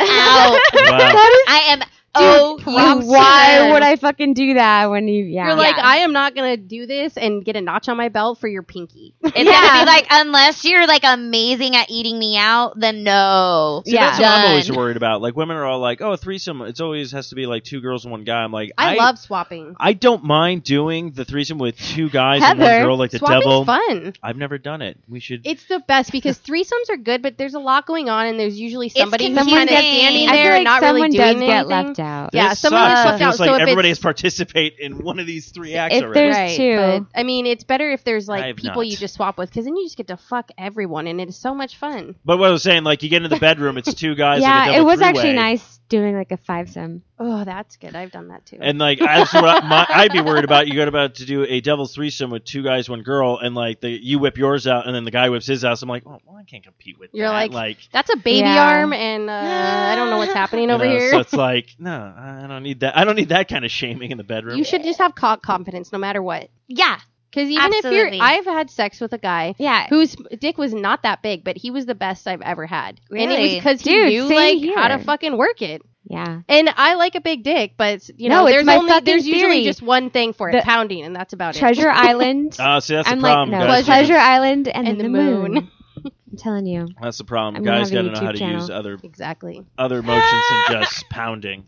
Speaker 7: (laughs)
Speaker 6: out,
Speaker 2: Wow.
Speaker 7: That is
Speaker 6: I am."
Speaker 7: Oh, (laughs)
Speaker 6: Oh,
Speaker 7: why would I fucking do that when you? Yeah,
Speaker 8: You're like,
Speaker 6: Yeah.
Speaker 8: I am not gonna do this and get a notch on my belt for
Speaker 2: (laughs)
Speaker 8: your pinky.
Speaker 6: It's gonna be like unless you're like amazing at eating me out, then no.
Speaker 2: See, that's what I'm always
Speaker 6: Done.
Speaker 2: worried about. Like women are all like, "Oh, a threesome." It's always has to be like two girls and one guy. I'm like,
Speaker 8: I, love swapping.
Speaker 2: I don't mind doing the threesome with two guys and one
Speaker 7: Heather,
Speaker 2: girl, like the
Speaker 8: Swapping's
Speaker 2: devil.
Speaker 8: fun.
Speaker 2: I've never done it. We should.
Speaker 8: It's the
Speaker 2: (laughs)
Speaker 8: best because threesomes are good, but there's a lot going on, and there's usually somebody who's
Speaker 6: confusing.
Speaker 8: kind of standing
Speaker 6: I feel
Speaker 8: there and not really
Speaker 7: someone
Speaker 8: doing
Speaker 7: does
Speaker 8: anything.
Speaker 7: get left out.
Speaker 8: Yeah,
Speaker 2: This
Speaker 8: someone
Speaker 2: sucks.
Speaker 8: gets
Speaker 2: It
Speaker 6: was
Speaker 8: left
Speaker 2: feels
Speaker 8: out.
Speaker 2: like
Speaker 8: so if
Speaker 2: everybody has
Speaker 8: it's
Speaker 2: participated in one of these three acts
Speaker 7: If
Speaker 2: already.
Speaker 7: there's two.
Speaker 8: but, I mean, it's better if there's
Speaker 2: I
Speaker 8: like
Speaker 2: have
Speaker 8: people
Speaker 2: not.
Speaker 8: you just swap with, because then you just get to fuck everyone, and it is so much fun.
Speaker 2: But what I was saying, like you get into the bedroom, it's two guys. and a
Speaker 7: yeah,
Speaker 2: double
Speaker 7: it was
Speaker 2: three-way.
Speaker 7: actually nice doing like a five some.
Speaker 8: Oh, that's good. I've done that too.
Speaker 2: And like that's what I, my, I'd be worried about. You got about to do a devil's threesome with two guys, one girl, and like the, you whip yours out, and then the guy whips his out. So I'm like, oh, well, I can't compete with
Speaker 8: You're
Speaker 2: that.
Speaker 8: like, that's a baby
Speaker 7: Yeah.
Speaker 8: arm, and uh, I
Speaker 7: (gasps)
Speaker 8: don't know what's happening
Speaker 2: you
Speaker 8: over
Speaker 2: know,
Speaker 8: here.
Speaker 2: So it's like, (laughs) no, I don't need that. I don't need that kind of shaming in the bedroom.
Speaker 8: you should just have cock confidence no matter what.
Speaker 6: Yeah,
Speaker 8: Because even if
Speaker 6: Absolutely.
Speaker 8: you're, I've had sex with a guy
Speaker 7: Yeah,
Speaker 8: whose dick was not that big, but he was the best I've ever had. And it was
Speaker 6: Really?
Speaker 8: because he
Speaker 7: Dude,
Speaker 8: knew
Speaker 7: same
Speaker 8: like how
Speaker 7: here.
Speaker 8: to fucking work it.
Speaker 7: yeah.
Speaker 8: And I like a big dick, but you
Speaker 7: No,
Speaker 8: know,
Speaker 7: it's
Speaker 8: there's
Speaker 7: my
Speaker 8: only
Speaker 7: fucking
Speaker 8: there's
Speaker 7: theory.
Speaker 8: usually just one thing for it,
Speaker 7: The-
Speaker 8: pounding, and that's
Speaker 6: (laughs)
Speaker 8: about
Speaker 7: Treasure Island.
Speaker 2: Uh, see, that's
Speaker 7: I'm
Speaker 2: the
Speaker 7: like
Speaker 2: problem,
Speaker 7: no
Speaker 2: guys.
Speaker 7: Treasure Island and,
Speaker 8: And
Speaker 7: then
Speaker 8: the
Speaker 7: the
Speaker 8: moon.
Speaker 7: moon. I'm telling you.
Speaker 2: That's the problem.
Speaker 7: I'm gonna
Speaker 2: guys
Speaker 7: have
Speaker 2: got
Speaker 7: a
Speaker 2: to know how
Speaker 7: YouTube
Speaker 2: to
Speaker 7: channel.
Speaker 2: use other
Speaker 8: it. Exactly.
Speaker 2: other motions than just pounding.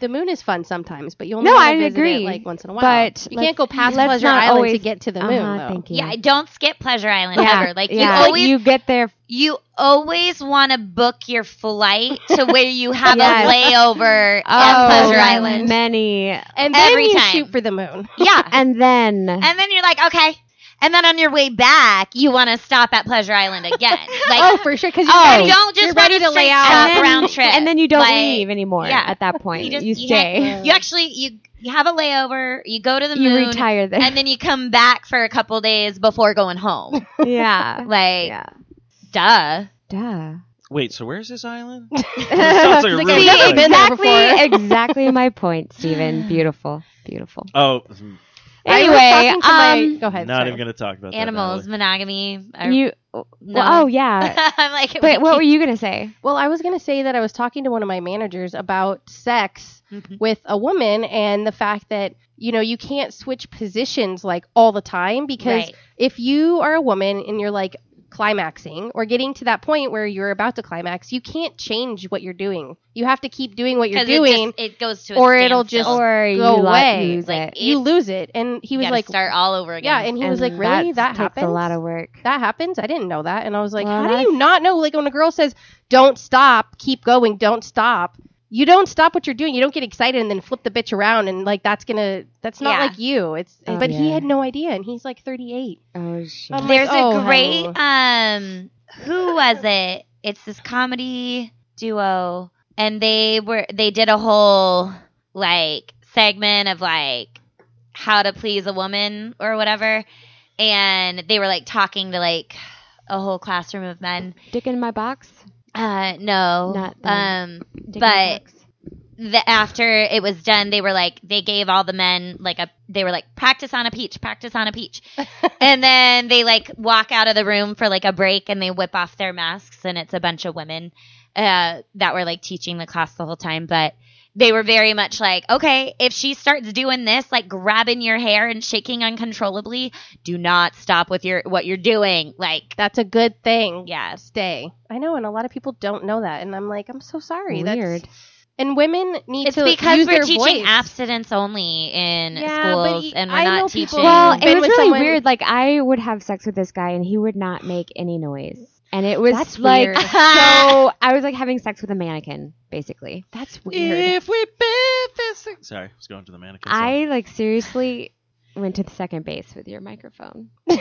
Speaker 8: The moon is fun sometimes, but you only
Speaker 7: No,
Speaker 8: wanna
Speaker 7: I
Speaker 8: visit it,
Speaker 7: agree.
Speaker 8: like once in a while.
Speaker 7: But
Speaker 8: you
Speaker 7: let's-
Speaker 8: can't go past
Speaker 7: let's
Speaker 8: Pleasure
Speaker 7: not
Speaker 8: Island to
Speaker 7: always-
Speaker 8: get to the
Speaker 7: uh-huh,
Speaker 8: moon. though.
Speaker 7: Thank you.
Speaker 6: yeah. Don't skip Pleasure Island ever. Like
Speaker 7: yeah.
Speaker 6: you always, you,
Speaker 7: you get
Speaker 6: (laughs)
Speaker 7: there.
Speaker 6: always want to book your flight to
Speaker 7: (laughs)
Speaker 6: where you have
Speaker 7: Yes.
Speaker 6: a layover
Speaker 7: oh,
Speaker 6: at Pleasure Island.
Speaker 7: Many.
Speaker 8: And then
Speaker 6: Every
Speaker 8: you
Speaker 6: time.
Speaker 8: shoot for the moon.
Speaker 6: Yeah,
Speaker 7: (laughs) And then.
Speaker 6: and then you're like, okay. And then on your way back, you want to stop at Pleasure Island
Speaker 7: (laughs)
Speaker 6: again. Like,
Speaker 8: oh, for sure. Because
Speaker 6: Oh,
Speaker 8: ready,
Speaker 6: don't just
Speaker 8: you're ready to lay out.
Speaker 6: stop
Speaker 7: and then,
Speaker 6: round trip.
Speaker 7: and then you don't
Speaker 6: Like,
Speaker 7: leave anymore
Speaker 6: yeah.
Speaker 7: at that point. You,
Speaker 6: You just you
Speaker 7: stay.
Speaker 6: ha- you actually you you have a layover. You go to
Speaker 7: (laughs)
Speaker 6: the
Speaker 7: you
Speaker 6: moon.
Speaker 7: retire there.
Speaker 6: and then you come back for a couple days before going home.
Speaker 7: (laughs) yeah.
Speaker 6: (laughs) Like,
Speaker 7: Yeah.
Speaker 6: duh.
Speaker 7: Duh.
Speaker 2: Wait, so where's this island? sounds like a
Speaker 8: Like,
Speaker 2: really good idea.
Speaker 8: I've never been there
Speaker 7: exactly, (laughs) exactly my point, (laughs) Stephen. Beautiful, beautiful.
Speaker 2: Oh,
Speaker 7: Anyway,
Speaker 8: I was talking to my-
Speaker 7: um,
Speaker 8: go ahead.
Speaker 2: not
Speaker 8: sorry.
Speaker 2: even gonna talk about
Speaker 6: Animals,
Speaker 2: That,
Speaker 6: monogamy. Or,
Speaker 7: you.
Speaker 6: no.
Speaker 7: well, oh
Speaker 8: (laughs)
Speaker 7: yeah.
Speaker 6: (laughs) I'm like,
Speaker 7: Wait, what were you gonna say?
Speaker 8: Well, I was going to say that I was talking to one of my managers about sex
Speaker 6: Mhm.
Speaker 8: with a woman and the fact that, you know, you can't switch positions like all the time because
Speaker 6: Right.
Speaker 8: if you are a woman and you're like climaxing or getting to that point where you're about to climax, you can't change what you're doing. You have to keep doing what you're
Speaker 6: Because
Speaker 8: doing.
Speaker 6: it, just, it goes to a
Speaker 8: or it'll just-
Speaker 6: standstill.
Speaker 7: Or you
Speaker 8: go
Speaker 7: lo-
Speaker 8: away.
Speaker 7: lose
Speaker 6: Like,
Speaker 7: it.
Speaker 6: it-
Speaker 8: you lose it. And he
Speaker 6: You
Speaker 8: was
Speaker 6: gotta
Speaker 8: like,
Speaker 6: start all over
Speaker 8: yeah.
Speaker 6: again.
Speaker 8: And he was like,
Speaker 7: And
Speaker 8: really? That
Speaker 7: that's-
Speaker 8: happens?
Speaker 7: Takes a lot of work.
Speaker 8: that happens. I didn't know that. And I was like,
Speaker 7: Well,
Speaker 8: how do
Speaker 7: that's-
Speaker 8: you not know? Like when a girl says, don't stop, keep going, don't stop. You don't stop what you're doing. You don't get excited and then flip the bitch around and like that's gonna that's not
Speaker 6: Yeah.
Speaker 8: like you. It's
Speaker 7: Oh,
Speaker 8: but he
Speaker 7: yeah.
Speaker 8: had no idea and he's like 38.
Speaker 7: Oh shit.
Speaker 8: I'm like,
Speaker 6: There's
Speaker 8: "Oh,
Speaker 6: a great
Speaker 8: hello."
Speaker 6: um who was it? It's this comedy duo and they were they did a whole like segment of like how to please a woman or whatever and they were like talking to like a whole classroom of men.
Speaker 7: Dick in my box.
Speaker 6: Uh no.
Speaker 7: Not them.
Speaker 6: um
Speaker 7: Dick in my
Speaker 6: But-
Speaker 7: box.
Speaker 6: the after it was done, they were like they gave all the men like a they were like practice on a peach, practice on a
Speaker 8: (laughs)
Speaker 6: peach, and then they like walk out of the room for like a break and they whip off their masks and it's a bunch of women uh, that were like teaching the class the whole time, but they were very much like okay if she starts doing this like grabbing your hair and shaking uncontrollably do not stop with your what you're doing like
Speaker 8: That's a good thing.
Speaker 6: yeah
Speaker 8: Stay. I know, and a lot of people don't know that. And I'm like, I'm so sorry.
Speaker 7: Weird.
Speaker 8: That's and women need
Speaker 6: it's
Speaker 8: to
Speaker 6: because
Speaker 8: use
Speaker 6: we're
Speaker 8: their
Speaker 6: teaching
Speaker 8: voice.
Speaker 6: abstinence only in
Speaker 8: Yeah, but
Speaker 6: schools
Speaker 8: y-
Speaker 6: and we're
Speaker 8: I know
Speaker 6: not teaching
Speaker 8: people who've
Speaker 7: Well,
Speaker 6: (laughs)
Speaker 8: been
Speaker 7: it was
Speaker 8: with
Speaker 7: really
Speaker 8: someone-
Speaker 7: weird. Like I would have sex with this guy, and he would not make any noise. And it was
Speaker 8: That's
Speaker 7: like (laughs)
Speaker 8: weird.
Speaker 7: so.
Speaker 8: (laughs)
Speaker 6: uh,
Speaker 7: I was like having sex with a mannequin, basically.
Speaker 8: That's
Speaker 2: That.
Speaker 8: weird.
Speaker 2: If we build this thing. Sorry, I was going to the mannequin. song.
Speaker 7: I like seriously went to the second base with your microphone.
Speaker 2: yeah,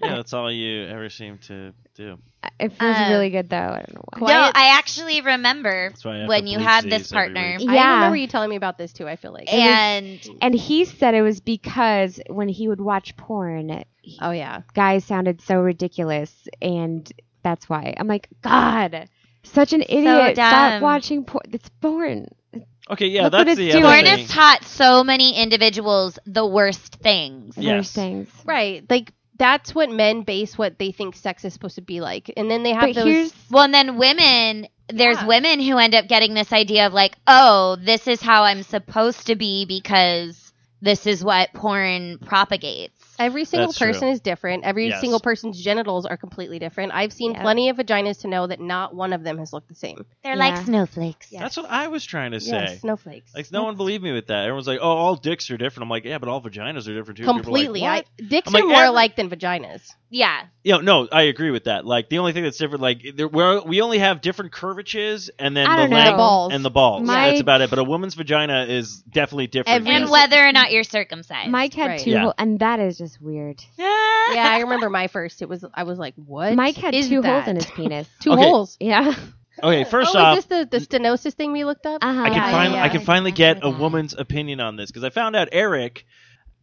Speaker 2: that's all you ever seem to do.
Speaker 7: It feels
Speaker 6: Uh,
Speaker 7: really good though. I don't know why.
Speaker 6: No,
Speaker 8: Quiet-
Speaker 6: I actually remember
Speaker 2: That's why I have
Speaker 6: when
Speaker 2: the
Speaker 6: you
Speaker 2: blue
Speaker 6: had this
Speaker 2: Z's every
Speaker 6: partner,
Speaker 7: week.
Speaker 8: I
Speaker 7: Yeah.
Speaker 8: remember you telling me about this too. I feel like.
Speaker 6: and
Speaker 7: And he said it was because when he would watch porn, he-
Speaker 8: oh yeah.
Speaker 7: guys sounded so ridiculous, and that's why. I'm like, God, such an idiot!
Speaker 6: dumb.
Speaker 7: Stop watching porn. It's porn.
Speaker 2: Okay, yeah,
Speaker 7: Look what
Speaker 2: that's the
Speaker 7: it's doing.
Speaker 2: other
Speaker 6: porn
Speaker 2: thing.
Speaker 6: has taught so many individuals the worst things.
Speaker 2: Yeah. Yes.
Speaker 7: Worst things.
Speaker 8: Right. Like that's what men base what they think sex is supposed to be like, and then they have
Speaker 7: But
Speaker 8: those.
Speaker 7: here's
Speaker 6: Well, and then women, there's
Speaker 8: Yeah.
Speaker 6: women who end up getting this idea of like, oh, this is how I'm supposed to be because this is what porn propagates.
Speaker 8: Every single
Speaker 2: That's true.
Speaker 8: person is different. Every
Speaker 2: Yes.
Speaker 8: single person's genitals are completely different. I've seen
Speaker 7: Yeah.
Speaker 8: plenty of vaginas to know that not one of them has looked the same.
Speaker 6: They're
Speaker 7: Yeah.
Speaker 6: like snowflakes.
Speaker 2: That's what I was trying to say.
Speaker 8: Yes, snowflakes.
Speaker 2: Like no one believed me with that. Everyone's like, "Oh, all dicks are different." I'm like, "Yeah, but all vaginas are different too." People are like,
Speaker 8: Completely.
Speaker 2: "What?"
Speaker 8: I, dicks
Speaker 2: I'm like,
Speaker 8: are more
Speaker 2: every-
Speaker 8: alike than vaginas.
Speaker 6: Yeah.
Speaker 2: Yeah, no, I agree with that. Like the only thing that's different, like there, we're, we only have different curvatures and then
Speaker 7: I
Speaker 2: the
Speaker 7: don't know.
Speaker 2: length
Speaker 7: The
Speaker 8: balls.
Speaker 2: and the balls.
Speaker 7: My-
Speaker 2: that's about it. But a woman's vagina is definitely different.
Speaker 8: Every-
Speaker 2: than-
Speaker 6: And whether or not you're circumcised. (laughs)
Speaker 7: Mike had
Speaker 8: Right.
Speaker 7: two,
Speaker 2: Yeah.
Speaker 7: hole- and that is just weird.
Speaker 8: yeah, I remember my first. It was I was like, what?
Speaker 7: Mike had
Speaker 8: is
Speaker 7: two
Speaker 8: that?
Speaker 7: holes in his penis.
Speaker 8: (laughs) two
Speaker 2: Okay.
Speaker 8: holes.
Speaker 7: (laughs) Yeah. Uh-huh.
Speaker 2: okay, first
Speaker 8: oh,
Speaker 2: off,
Speaker 8: is this the, the stenosis thing we looked up?
Speaker 7: Uh-huh.
Speaker 2: I can
Speaker 8: Yeah,
Speaker 2: finally
Speaker 8: yeah, Oh
Speaker 2: I can
Speaker 6: I
Speaker 2: finally
Speaker 6: remember
Speaker 2: get a
Speaker 6: that.
Speaker 2: woman's opinion on this because I found out Eric,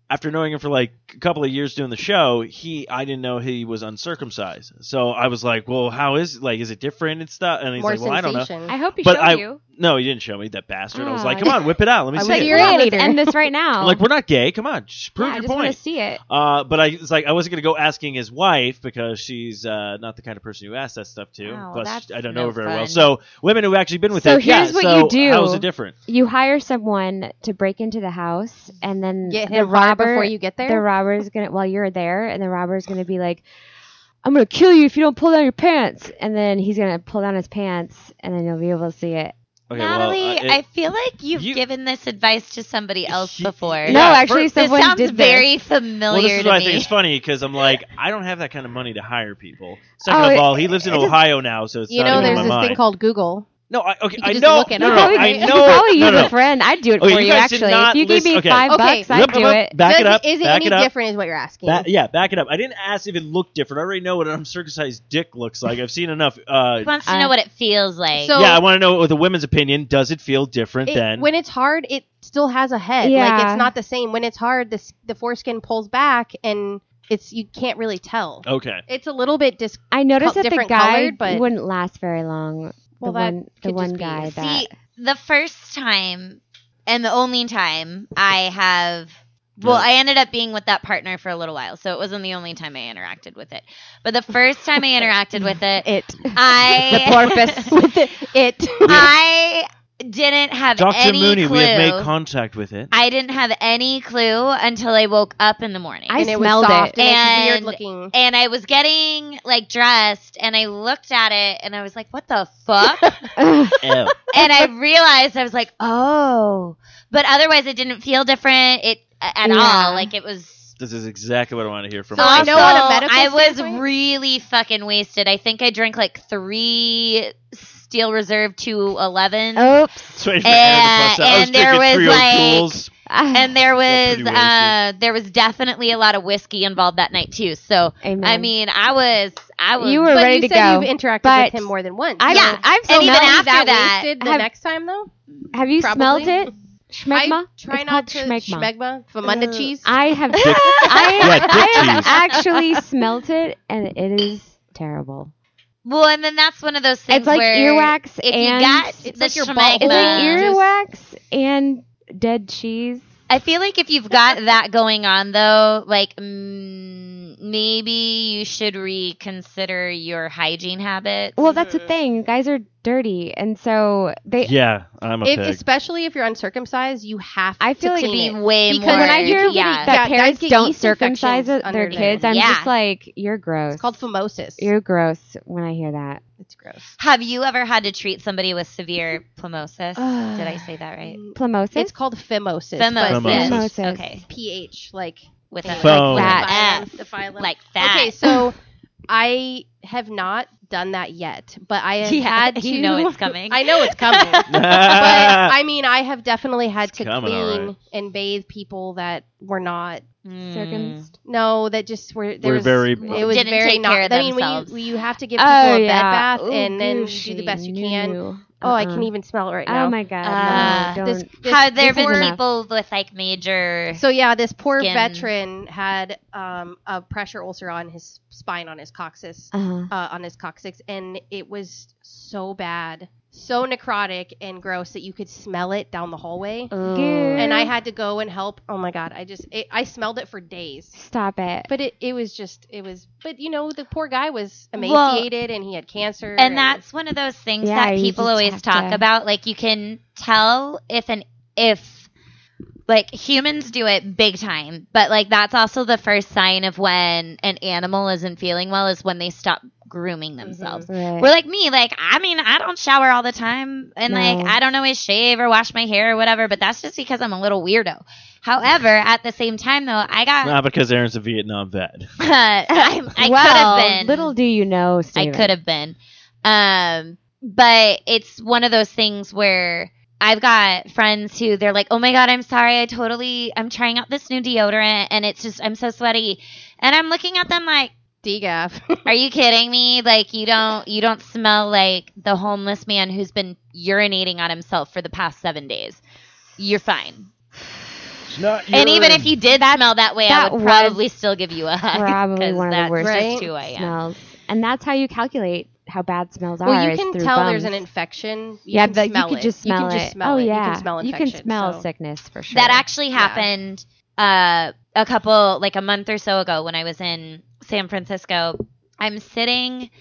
Speaker 2: after knowing him for like a couple of years doing the show, he I didn't know he was uncircumcised. So I was like, well, how is like is it different and stuff? And he's
Speaker 8: More
Speaker 2: like, well, I don't know.
Speaker 8: sensation.
Speaker 7: I hope he
Speaker 2: But
Speaker 7: showed
Speaker 2: I-
Speaker 7: you.
Speaker 2: No, he didn't show me that bastard. I was
Speaker 7: Ah.
Speaker 2: like, come on, whip it out. Let me
Speaker 8: I
Speaker 2: see
Speaker 8: was
Speaker 2: it.
Speaker 8: like,
Speaker 7: You're
Speaker 8: Yeah,
Speaker 7: on. Let's
Speaker 8: later.
Speaker 7: end this right
Speaker 2: (laughs)
Speaker 7: now.
Speaker 2: like we're not gay. Come on, just prove
Speaker 7: yeah, I
Speaker 2: your
Speaker 7: just want
Speaker 2: point.
Speaker 7: to see it.
Speaker 2: Uh, but I it's like I wasn't gonna go asking his wife because she's uh, not the kind of person who asks that stuff to.
Speaker 6: Oh,
Speaker 2: Plus,
Speaker 6: that's
Speaker 2: I don't know
Speaker 6: no
Speaker 2: her very
Speaker 6: fun.
Speaker 2: well. So women who have actually been with
Speaker 7: So
Speaker 2: it, yeah.
Speaker 7: here's what
Speaker 2: so
Speaker 7: you do.
Speaker 2: How is it different?
Speaker 7: You hire someone to break into the house, and then
Speaker 8: Get
Speaker 7: the
Speaker 8: him hard
Speaker 7: robber
Speaker 8: before you get there.
Speaker 7: The robber's gonna while you're there, and the robber's gonna be like, "I'm gonna kill you if you don't pull down your pants." And then he's gonna pull down his pants, and then you'll be able to see it.
Speaker 2: Okay,
Speaker 6: Natalie,
Speaker 2: well, uh, it-
Speaker 6: I feel like you've
Speaker 2: you-
Speaker 6: given this advice to
Speaker 2: (laughs)
Speaker 6: somebody else
Speaker 2: He-
Speaker 6: before.
Speaker 2: Yeah,
Speaker 7: no, actually,
Speaker 2: first-
Speaker 6: this
Speaker 7: someone
Speaker 6: sounds
Speaker 7: did
Speaker 8: (laughs)
Speaker 6: very
Speaker 2: well, this
Speaker 6: familiar
Speaker 2: is why I
Speaker 6: to
Speaker 2: think
Speaker 6: me.
Speaker 2: it's funny because I'm like, I don't have that kind of money to hire people. Second
Speaker 7: Oh,
Speaker 2: of
Speaker 7: it-
Speaker 2: all, he lives in
Speaker 7: it just-
Speaker 2: Ohio now, so it's
Speaker 8: you
Speaker 2: not even
Speaker 8: know,
Speaker 2: in
Speaker 8: there's
Speaker 2: my
Speaker 8: this
Speaker 2: mind.
Speaker 8: thing called Google.
Speaker 2: no, I, okay,
Speaker 8: you
Speaker 2: I
Speaker 8: just
Speaker 2: know,
Speaker 8: look it
Speaker 2: no, no,
Speaker 8: up.
Speaker 2: no,
Speaker 7: Probably,
Speaker 2: I
Speaker 7: you could
Speaker 2: know,
Speaker 7: probably
Speaker 2: no,
Speaker 7: use
Speaker 2: no,
Speaker 7: a friend. I'd do it
Speaker 2: Okay,
Speaker 7: for
Speaker 2: you
Speaker 7: you.
Speaker 2: guys did
Speaker 7: actually,
Speaker 2: not
Speaker 7: if you gave me
Speaker 2: listen- okay.
Speaker 7: five
Speaker 8: Okay.
Speaker 7: bucks, I'd
Speaker 2: Yep,
Speaker 7: do
Speaker 2: yep,
Speaker 7: it.
Speaker 2: Back it
Speaker 8: Does-
Speaker 2: up.
Speaker 8: Is it
Speaker 2: back
Speaker 8: any
Speaker 2: it up.
Speaker 8: different? Is what you're asking.
Speaker 2: Ba- yeah, back it up. I didn't ask if it looked different. I already know what an uncircumcised dick looks like. I've seen enough. Uh,
Speaker 6: He wants to
Speaker 7: Uh,
Speaker 6: know what it feels like.
Speaker 8: so-
Speaker 2: yeah, I want to know the women's opinion. Does it feel different
Speaker 8: It-
Speaker 2: than?
Speaker 8: when it's hard, it still has a head. Like
Speaker 7: Yeah.
Speaker 8: it's not the same. When it's hard, the s- the foreskin pulls back, and it's you can't really tell.
Speaker 2: okay.
Speaker 8: It's a little bit dis.
Speaker 7: I noticed that the
Speaker 8: different
Speaker 7: guy
Speaker 8: colored, but-
Speaker 7: wouldn't last very long.
Speaker 8: Well,
Speaker 7: the
Speaker 8: that
Speaker 7: one,
Speaker 8: could
Speaker 7: the
Speaker 8: just
Speaker 7: one
Speaker 8: be-
Speaker 7: guy that.
Speaker 6: See, the first time and the only time I have well,
Speaker 2: Yeah.
Speaker 6: I ended up being with that partner for a little while, so it wasn't the only time I interacted with it. But the first time I interacted with
Speaker 8: (laughs)
Speaker 6: it,
Speaker 7: it.
Speaker 6: I
Speaker 7: with it. it.
Speaker 6: (laughs) I didn't have
Speaker 2: Dr.
Speaker 6: any
Speaker 2: Mooney,
Speaker 6: clue.
Speaker 2: we have made contact with it.
Speaker 6: I didn't have any clue until I woke up in the morning.
Speaker 7: (laughs) I
Speaker 8: and it was
Speaker 7: smelled
Speaker 8: soft
Speaker 7: it.
Speaker 8: And, it's weird
Speaker 6: And-
Speaker 8: looking.
Speaker 6: and I was getting like dressed and I looked at it and I was like, what the fuck?
Speaker 2: Ew.
Speaker 6: and I realized I was like, oh, but otherwise it didn't feel different it at
Speaker 7: Yeah.
Speaker 6: all. Like it was.
Speaker 2: This is exactly what I want to hear from.
Speaker 8: So I
Speaker 2: her.
Speaker 8: know on a
Speaker 6: Also,
Speaker 8: medical
Speaker 6: I was
Speaker 8: standpoint-
Speaker 6: really fucking wasted. I think I drank like three Steel Reserve two eleven,
Speaker 7: (laughs) Oh. Oops.
Speaker 2: Sorry for
Speaker 6: Uh,
Speaker 2: adding the bus. I
Speaker 6: and there
Speaker 2: drinking
Speaker 6: was,
Speaker 2: three old
Speaker 6: like-
Speaker 2: pools.
Speaker 7: Ah,
Speaker 6: and there was
Speaker 2: pretty wasted.
Speaker 6: uh, there was definitely a lot of whiskey involved that night too. So
Speaker 7: Amen.
Speaker 6: I mean, I was I was
Speaker 7: You were
Speaker 8: but
Speaker 7: ready
Speaker 8: you
Speaker 7: to
Speaker 8: said
Speaker 7: go.
Speaker 8: you've interacted
Speaker 7: But
Speaker 8: with him more than once.
Speaker 7: I've,
Speaker 6: Yeah,
Speaker 7: I've
Speaker 6: and
Speaker 7: smelled
Speaker 6: even
Speaker 8: Not
Speaker 6: after
Speaker 8: that,
Speaker 6: that,
Speaker 8: wasted the
Speaker 7: have-
Speaker 8: next time though.
Speaker 7: Have you
Speaker 8: Probably.
Speaker 7: smelled it? Schmegma?
Speaker 8: I try
Speaker 7: It's
Speaker 8: not
Speaker 7: called
Speaker 8: to
Speaker 7: schmegma.
Speaker 8: schmegma famunda cheese.
Speaker 7: I have,
Speaker 2: Dick-
Speaker 7: (laughs) I,
Speaker 2: (laughs) Yeah, dick
Speaker 7: I have
Speaker 2: cheese.
Speaker 7: actually smelt it, and it is terrible.
Speaker 6: well, and then that's one of those things
Speaker 7: it's like
Speaker 6: where
Speaker 7: earwax
Speaker 6: If you
Speaker 7: and
Speaker 6: got
Speaker 8: It's
Speaker 6: the
Speaker 8: like your
Speaker 6: shmegma-
Speaker 7: it's like
Speaker 8: Well, ear-
Speaker 7: earwax and dead cheese.
Speaker 6: I feel like if you've got that going on though, like mm, maybe you should reconsider your hygiene habits.
Speaker 7: Well, that's the thing. Guys are dirty, and so they.
Speaker 2: Yeah, I'm a
Speaker 8: if,
Speaker 2: pig. (laughs)
Speaker 8: especially if you're uncircumcised, you have
Speaker 7: I feel
Speaker 8: to
Speaker 7: like
Speaker 6: to
Speaker 8: clean
Speaker 6: be
Speaker 8: it.
Speaker 6: way
Speaker 8: Because
Speaker 6: more.
Speaker 7: When I hear
Speaker 6: yeah.
Speaker 7: that
Speaker 8: Yeah, guys
Speaker 7: parents
Speaker 8: get
Speaker 7: don't
Speaker 8: yeast
Speaker 7: circumcise
Speaker 8: infections
Speaker 7: their
Speaker 8: under there.
Speaker 7: kids, I'm
Speaker 6: Yeah.
Speaker 7: just like, you're gross.
Speaker 8: It's called phimosis.
Speaker 7: you're gross when I hear that.
Speaker 8: It's gross.
Speaker 6: Have you ever had to treat somebody with severe
Speaker 7: (sighs)
Speaker 6: plumosis? Did I say that right?
Speaker 7: Plumosis?
Speaker 8: It's called phimosis.
Speaker 6: Phimosis.
Speaker 2: Phimosis.
Speaker 6: Okay.
Speaker 8: pH like
Speaker 6: With a
Speaker 2: Phone.
Speaker 6: like
Speaker 7: That.
Speaker 6: that.
Speaker 8: The phylum.
Speaker 6: Like that.
Speaker 8: Okay, so I have not done that yet, but I have
Speaker 6: Yeah,
Speaker 8: had to.
Speaker 6: you know it's coming.
Speaker 8: (laughs) I know
Speaker 6: (laughs)
Speaker 8: it's coming. (laughs) but I mean, I have definitely had
Speaker 2: It's
Speaker 8: to
Speaker 2: coming, all
Speaker 8: clean
Speaker 2: right.
Speaker 8: and bathe people that were not
Speaker 6: Mm.
Speaker 7: Circumst-
Speaker 8: no, that just were there
Speaker 2: We're
Speaker 8: was,
Speaker 2: very-
Speaker 8: it was
Speaker 6: Didn't
Speaker 8: very
Speaker 6: take
Speaker 8: not.
Speaker 6: care of
Speaker 8: I mean, when you,
Speaker 6: themselves.
Speaker 8: when you have to give people
Speaker 7: Oh
Speaker 8: a
Speaker 7: yeah.
Speaker 8: bed bath and
Speaker 7: Ooh,
Speaker 8: then
Speaker 7: gosh,
Speaker 8: you do the best you
Speaker 7: she
Speaker 8: can.
Speaker 7: knew.
Speaker 8: Oh, I
Speaker 7: Uh-uh.
Speaker 8: can even smell it right now.
Speaker 7: Oh my god.
Speaker 6: Uh,
Speaker 7: no,
Speaker 8: This-
Speaker 7: don't.
Speaker 8: this-
Speaker 6: Have there
Speaker 8: this poor-
Speaker 6: been
Speaker 7: enough.
Speaker 6: people with like major?
Speaker 8: So yeah, this poor
Speaker 6: Skin.
Speaker 8: veteran had um, a pressure ulcer on his spine on his coccyx,
Speaker 7: Uh-huh.
Speaker 8: uh, on his coccyx, and it was so bad, so necrotic and gross that you could smell it down the hallway.
Speaker 7: Good.
Speaker 8: And I had to go and help. Oh my god, I just it, I smelled it for days.
Speaker 7: Stop it.
Speaker 8: But it, it was just it was but you know the poor guy was emaciated and he had cancer
Speaker 6: and that's one of those things
Speaker 7: Yeah,
Speaker 6: that
Speaker 7: you
Speaker 6: people
Speaker 7: just
Speaker 6: always
Speaker 7: have
Speaker 6: talk
Speaker 7: to-
Speaker 6: about like you can tell if an if like humans do it big time but like that's also the first sign of when an animal isn't feeling well is when they stop
Speaker 7: Mm-hmm.
Speaker 6: grooming themselves
Speaker 7: Right.
Speaker 6: We're like me, like I mean, I don't shower all the time, and like
Speaker 7: No.
Speaker 6: I don't always shave or wash my hair or whatever. But that's just because I'm a little weirdo. However, at the same time, though, I
Speaker 2: (laughs)
Speaker 6: got
Speaker 2: Not because Aaron's a Vietnam vet.
Speaker 6: I'm- (laughs) I
Speaker 7: well,
Speaker 6: could have been
Speaker 7: Little do you know,
Speaker 6: I
Speaker 7: Steven.
Speaker 6: could have been. Um, but it's one of those things where I've got friends who they're like, "Oh my god, I'm sorry. I totally I'm trying out this new deodorant and it's just I'm so sweaty." And I'm looking at them like,
Speaker 8: DGAF.
Speaker 6: "Are you kidding me? Like you don't you don't smell like the homeless man who's been urinating on himself for the past 7 days. You're fine."
Speaker 2: Not
Speaker 6: and even if you did smell that way, I
Speaker 7: that
Speaker 6: would
Speaker 7: was
Speaker 6: probably still give you a hug.
Speaker 7: probably
Speaker 6: (laughs) 'cause
Speaker 7: one of the
Speaker 6: that's
Speaker 7: worst
Speaker 6: just
Speaker 8: Right?
Speaker 6: who I am.
Speaker 7: smells, and that's how you calculate how bad smells are.
Speaker 8: (laughs) well, you
Speaker 7: is
Speaker 8: can
Speaker 7: through
Speaker 8: tell there's an
Speaker 7: bums.
Speaker 8: infection. You
Speaker 7: yeah,
Speaker 8: can
Speaker 7: but
Speaker 8: smell
Speaker 7: you
Speaker 8: it.
Speaker 7: could just smell
Speaker 8: you can just
Speaker 7: it.
Speaker 8: smell
Speaker 7: oh
Speaker 8: it.
Speaker 7: yeah,
Speaker 8: you can smell
Speaker 7: you
Speaker 8: infection.
Speaker 7: can smell
Speaker 8: so.
Speaker 7: sickness for sure.
Speaker 6: That actually
Speaker 8: Yeah.
Speaker 6: happened uh, a couple, like a month or so ago when I was in San Francisco. I'm sitting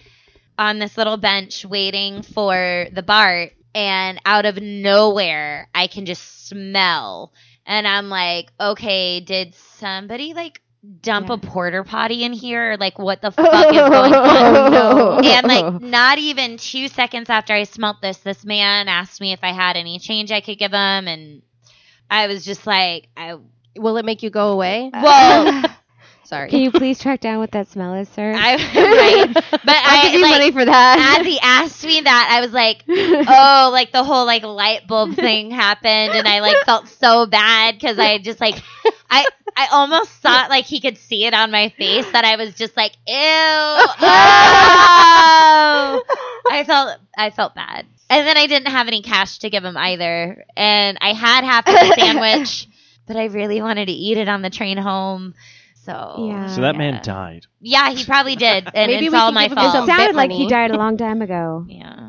Speaker 6: on this little bench waiting for the BART, and out of nowhere, I can just smell. And I'm like, okay, did somebody like dump a porter potty in here? Or, like, what the fuck is going on? and like not even two seconds after I smelt this, this man asked me if I had any change I could give him, and I was just like, I
Speaker 8: Will it make you go
Speaker 6: (laughs)
Speaker 8: away?
Speaker 6: well,
Speaker 8: (laughs) Sorry. (laughs)
Speaker 7: Can you please track down what that smell is, sir? (laughs)
Speaker 6: I (laughs) right, but
Speaker 7: I'll
Speaker 6: I
Speaker 7: give you
Speaker 6: like
Speaker 7: money for
Speaker 6: as
Speaker 7: that.
Speaker 6: he asked me that, I was like, oh, like the whole like light bulb
Speaker 8: (laughs)
Speaker 6: thing happened, and I like felt so bad because I just like I. I almost thought like he could see it on my face that I was just like, ew,
Speaker 8: (laughs)
Speaker 6: oh.
Speaker 7: (laughs)
Speaker 6: I felt I felt bad. And then I didn't have any cash to give him either. And I had half of
Speaker 8: (laughs)
Speaker 6: the sandwich, but I really wanted to eat it on the train home. So
Speaker 7: Yeah.
Speaker 2: So that
Speaker 6: Yeah.
Speaker 2: man died.
Speaker 6: Yeah, he probably did. And
Speaker 8: Maybe
Speaker 6: it's
Speaker 8: we
Speaker 6: all
Speaker 8: can
Speaker 6: my
Speaker 8: give him
Speaker 6: fault.
Speaker 8: some-
Speaker 7: it sounded
Speaker 8: bet
Speaker 7: like he
Speaker 8: money.
Speaker 7: died a long time
Speaker 8: (laughs)
Speaker 7: ago.
Speaker 6: yeah.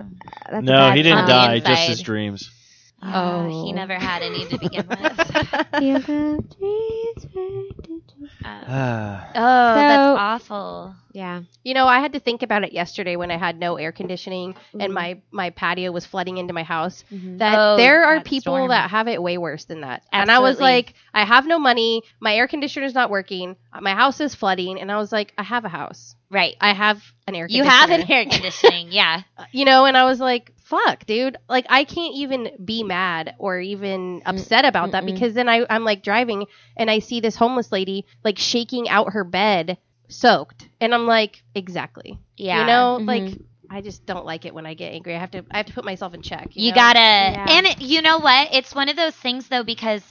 Speaker 7: That's a
Speaker 2: no,
Speaker 7: bad
Speaker 2: he didn't
Speaker 6: on
Speaker 7: smell.
Speaker 2: die.
Speaker 6: the
Speaker 2: Just his
Speaker 6: inside.
Speaker 2: dreams. (sighs)
Speaker 6: Oh, he never had any to begin
Speaker 8: (laughs)
Speaker 6: with.
Speaker 7: Feel the trees were-
Speaker 6: Uh,
Speaker 2: Ah.
Speaker 6: oh,
Speaker 7: So-
Speaker 6: that's awful.
Speaker 7: yeah.
Speaker 8: You know, I had to think about it yesterday when I had no air conditioning
Speaker 7: Mm-hmm.
Speaker 8: and my my patio was flooding into my house. That
Speaker 6: Oh,
Speaker 8: there are
Speaker 6: that
Speaker 8: people
Speaker 6: storm.
Speaker 8: that have it way worse than that. And I was
Speaker 6: Absolutely.
Speaker 8: like, I have no money. My air conditioner's not working. My house is flooding, and I was like, I have a house.
Speaker 6: Right.
Speaker 8: I have an air.
Speaker 6: You
Speaker 8: conditioner.
Speaker 6: have an air conditioning, (laughs) yeah.
Speaker 8: you know and i was like fuck dude like i can't even be mad or even upset about that because then I, i'm like driving and i see this homeless lady like shaking out her bed soaked and i'm like exactly
Speaker 6: Yeah.
Speaker 8: you know like i just don't like it when i get angry i have to i have to put myself in check you,
Speaker 6: You
Speaker 8: know?
Speaker 6: gotta,
Speaker 7: Yeah.
Speaker 6: and it, you know what? It's one of those things though, because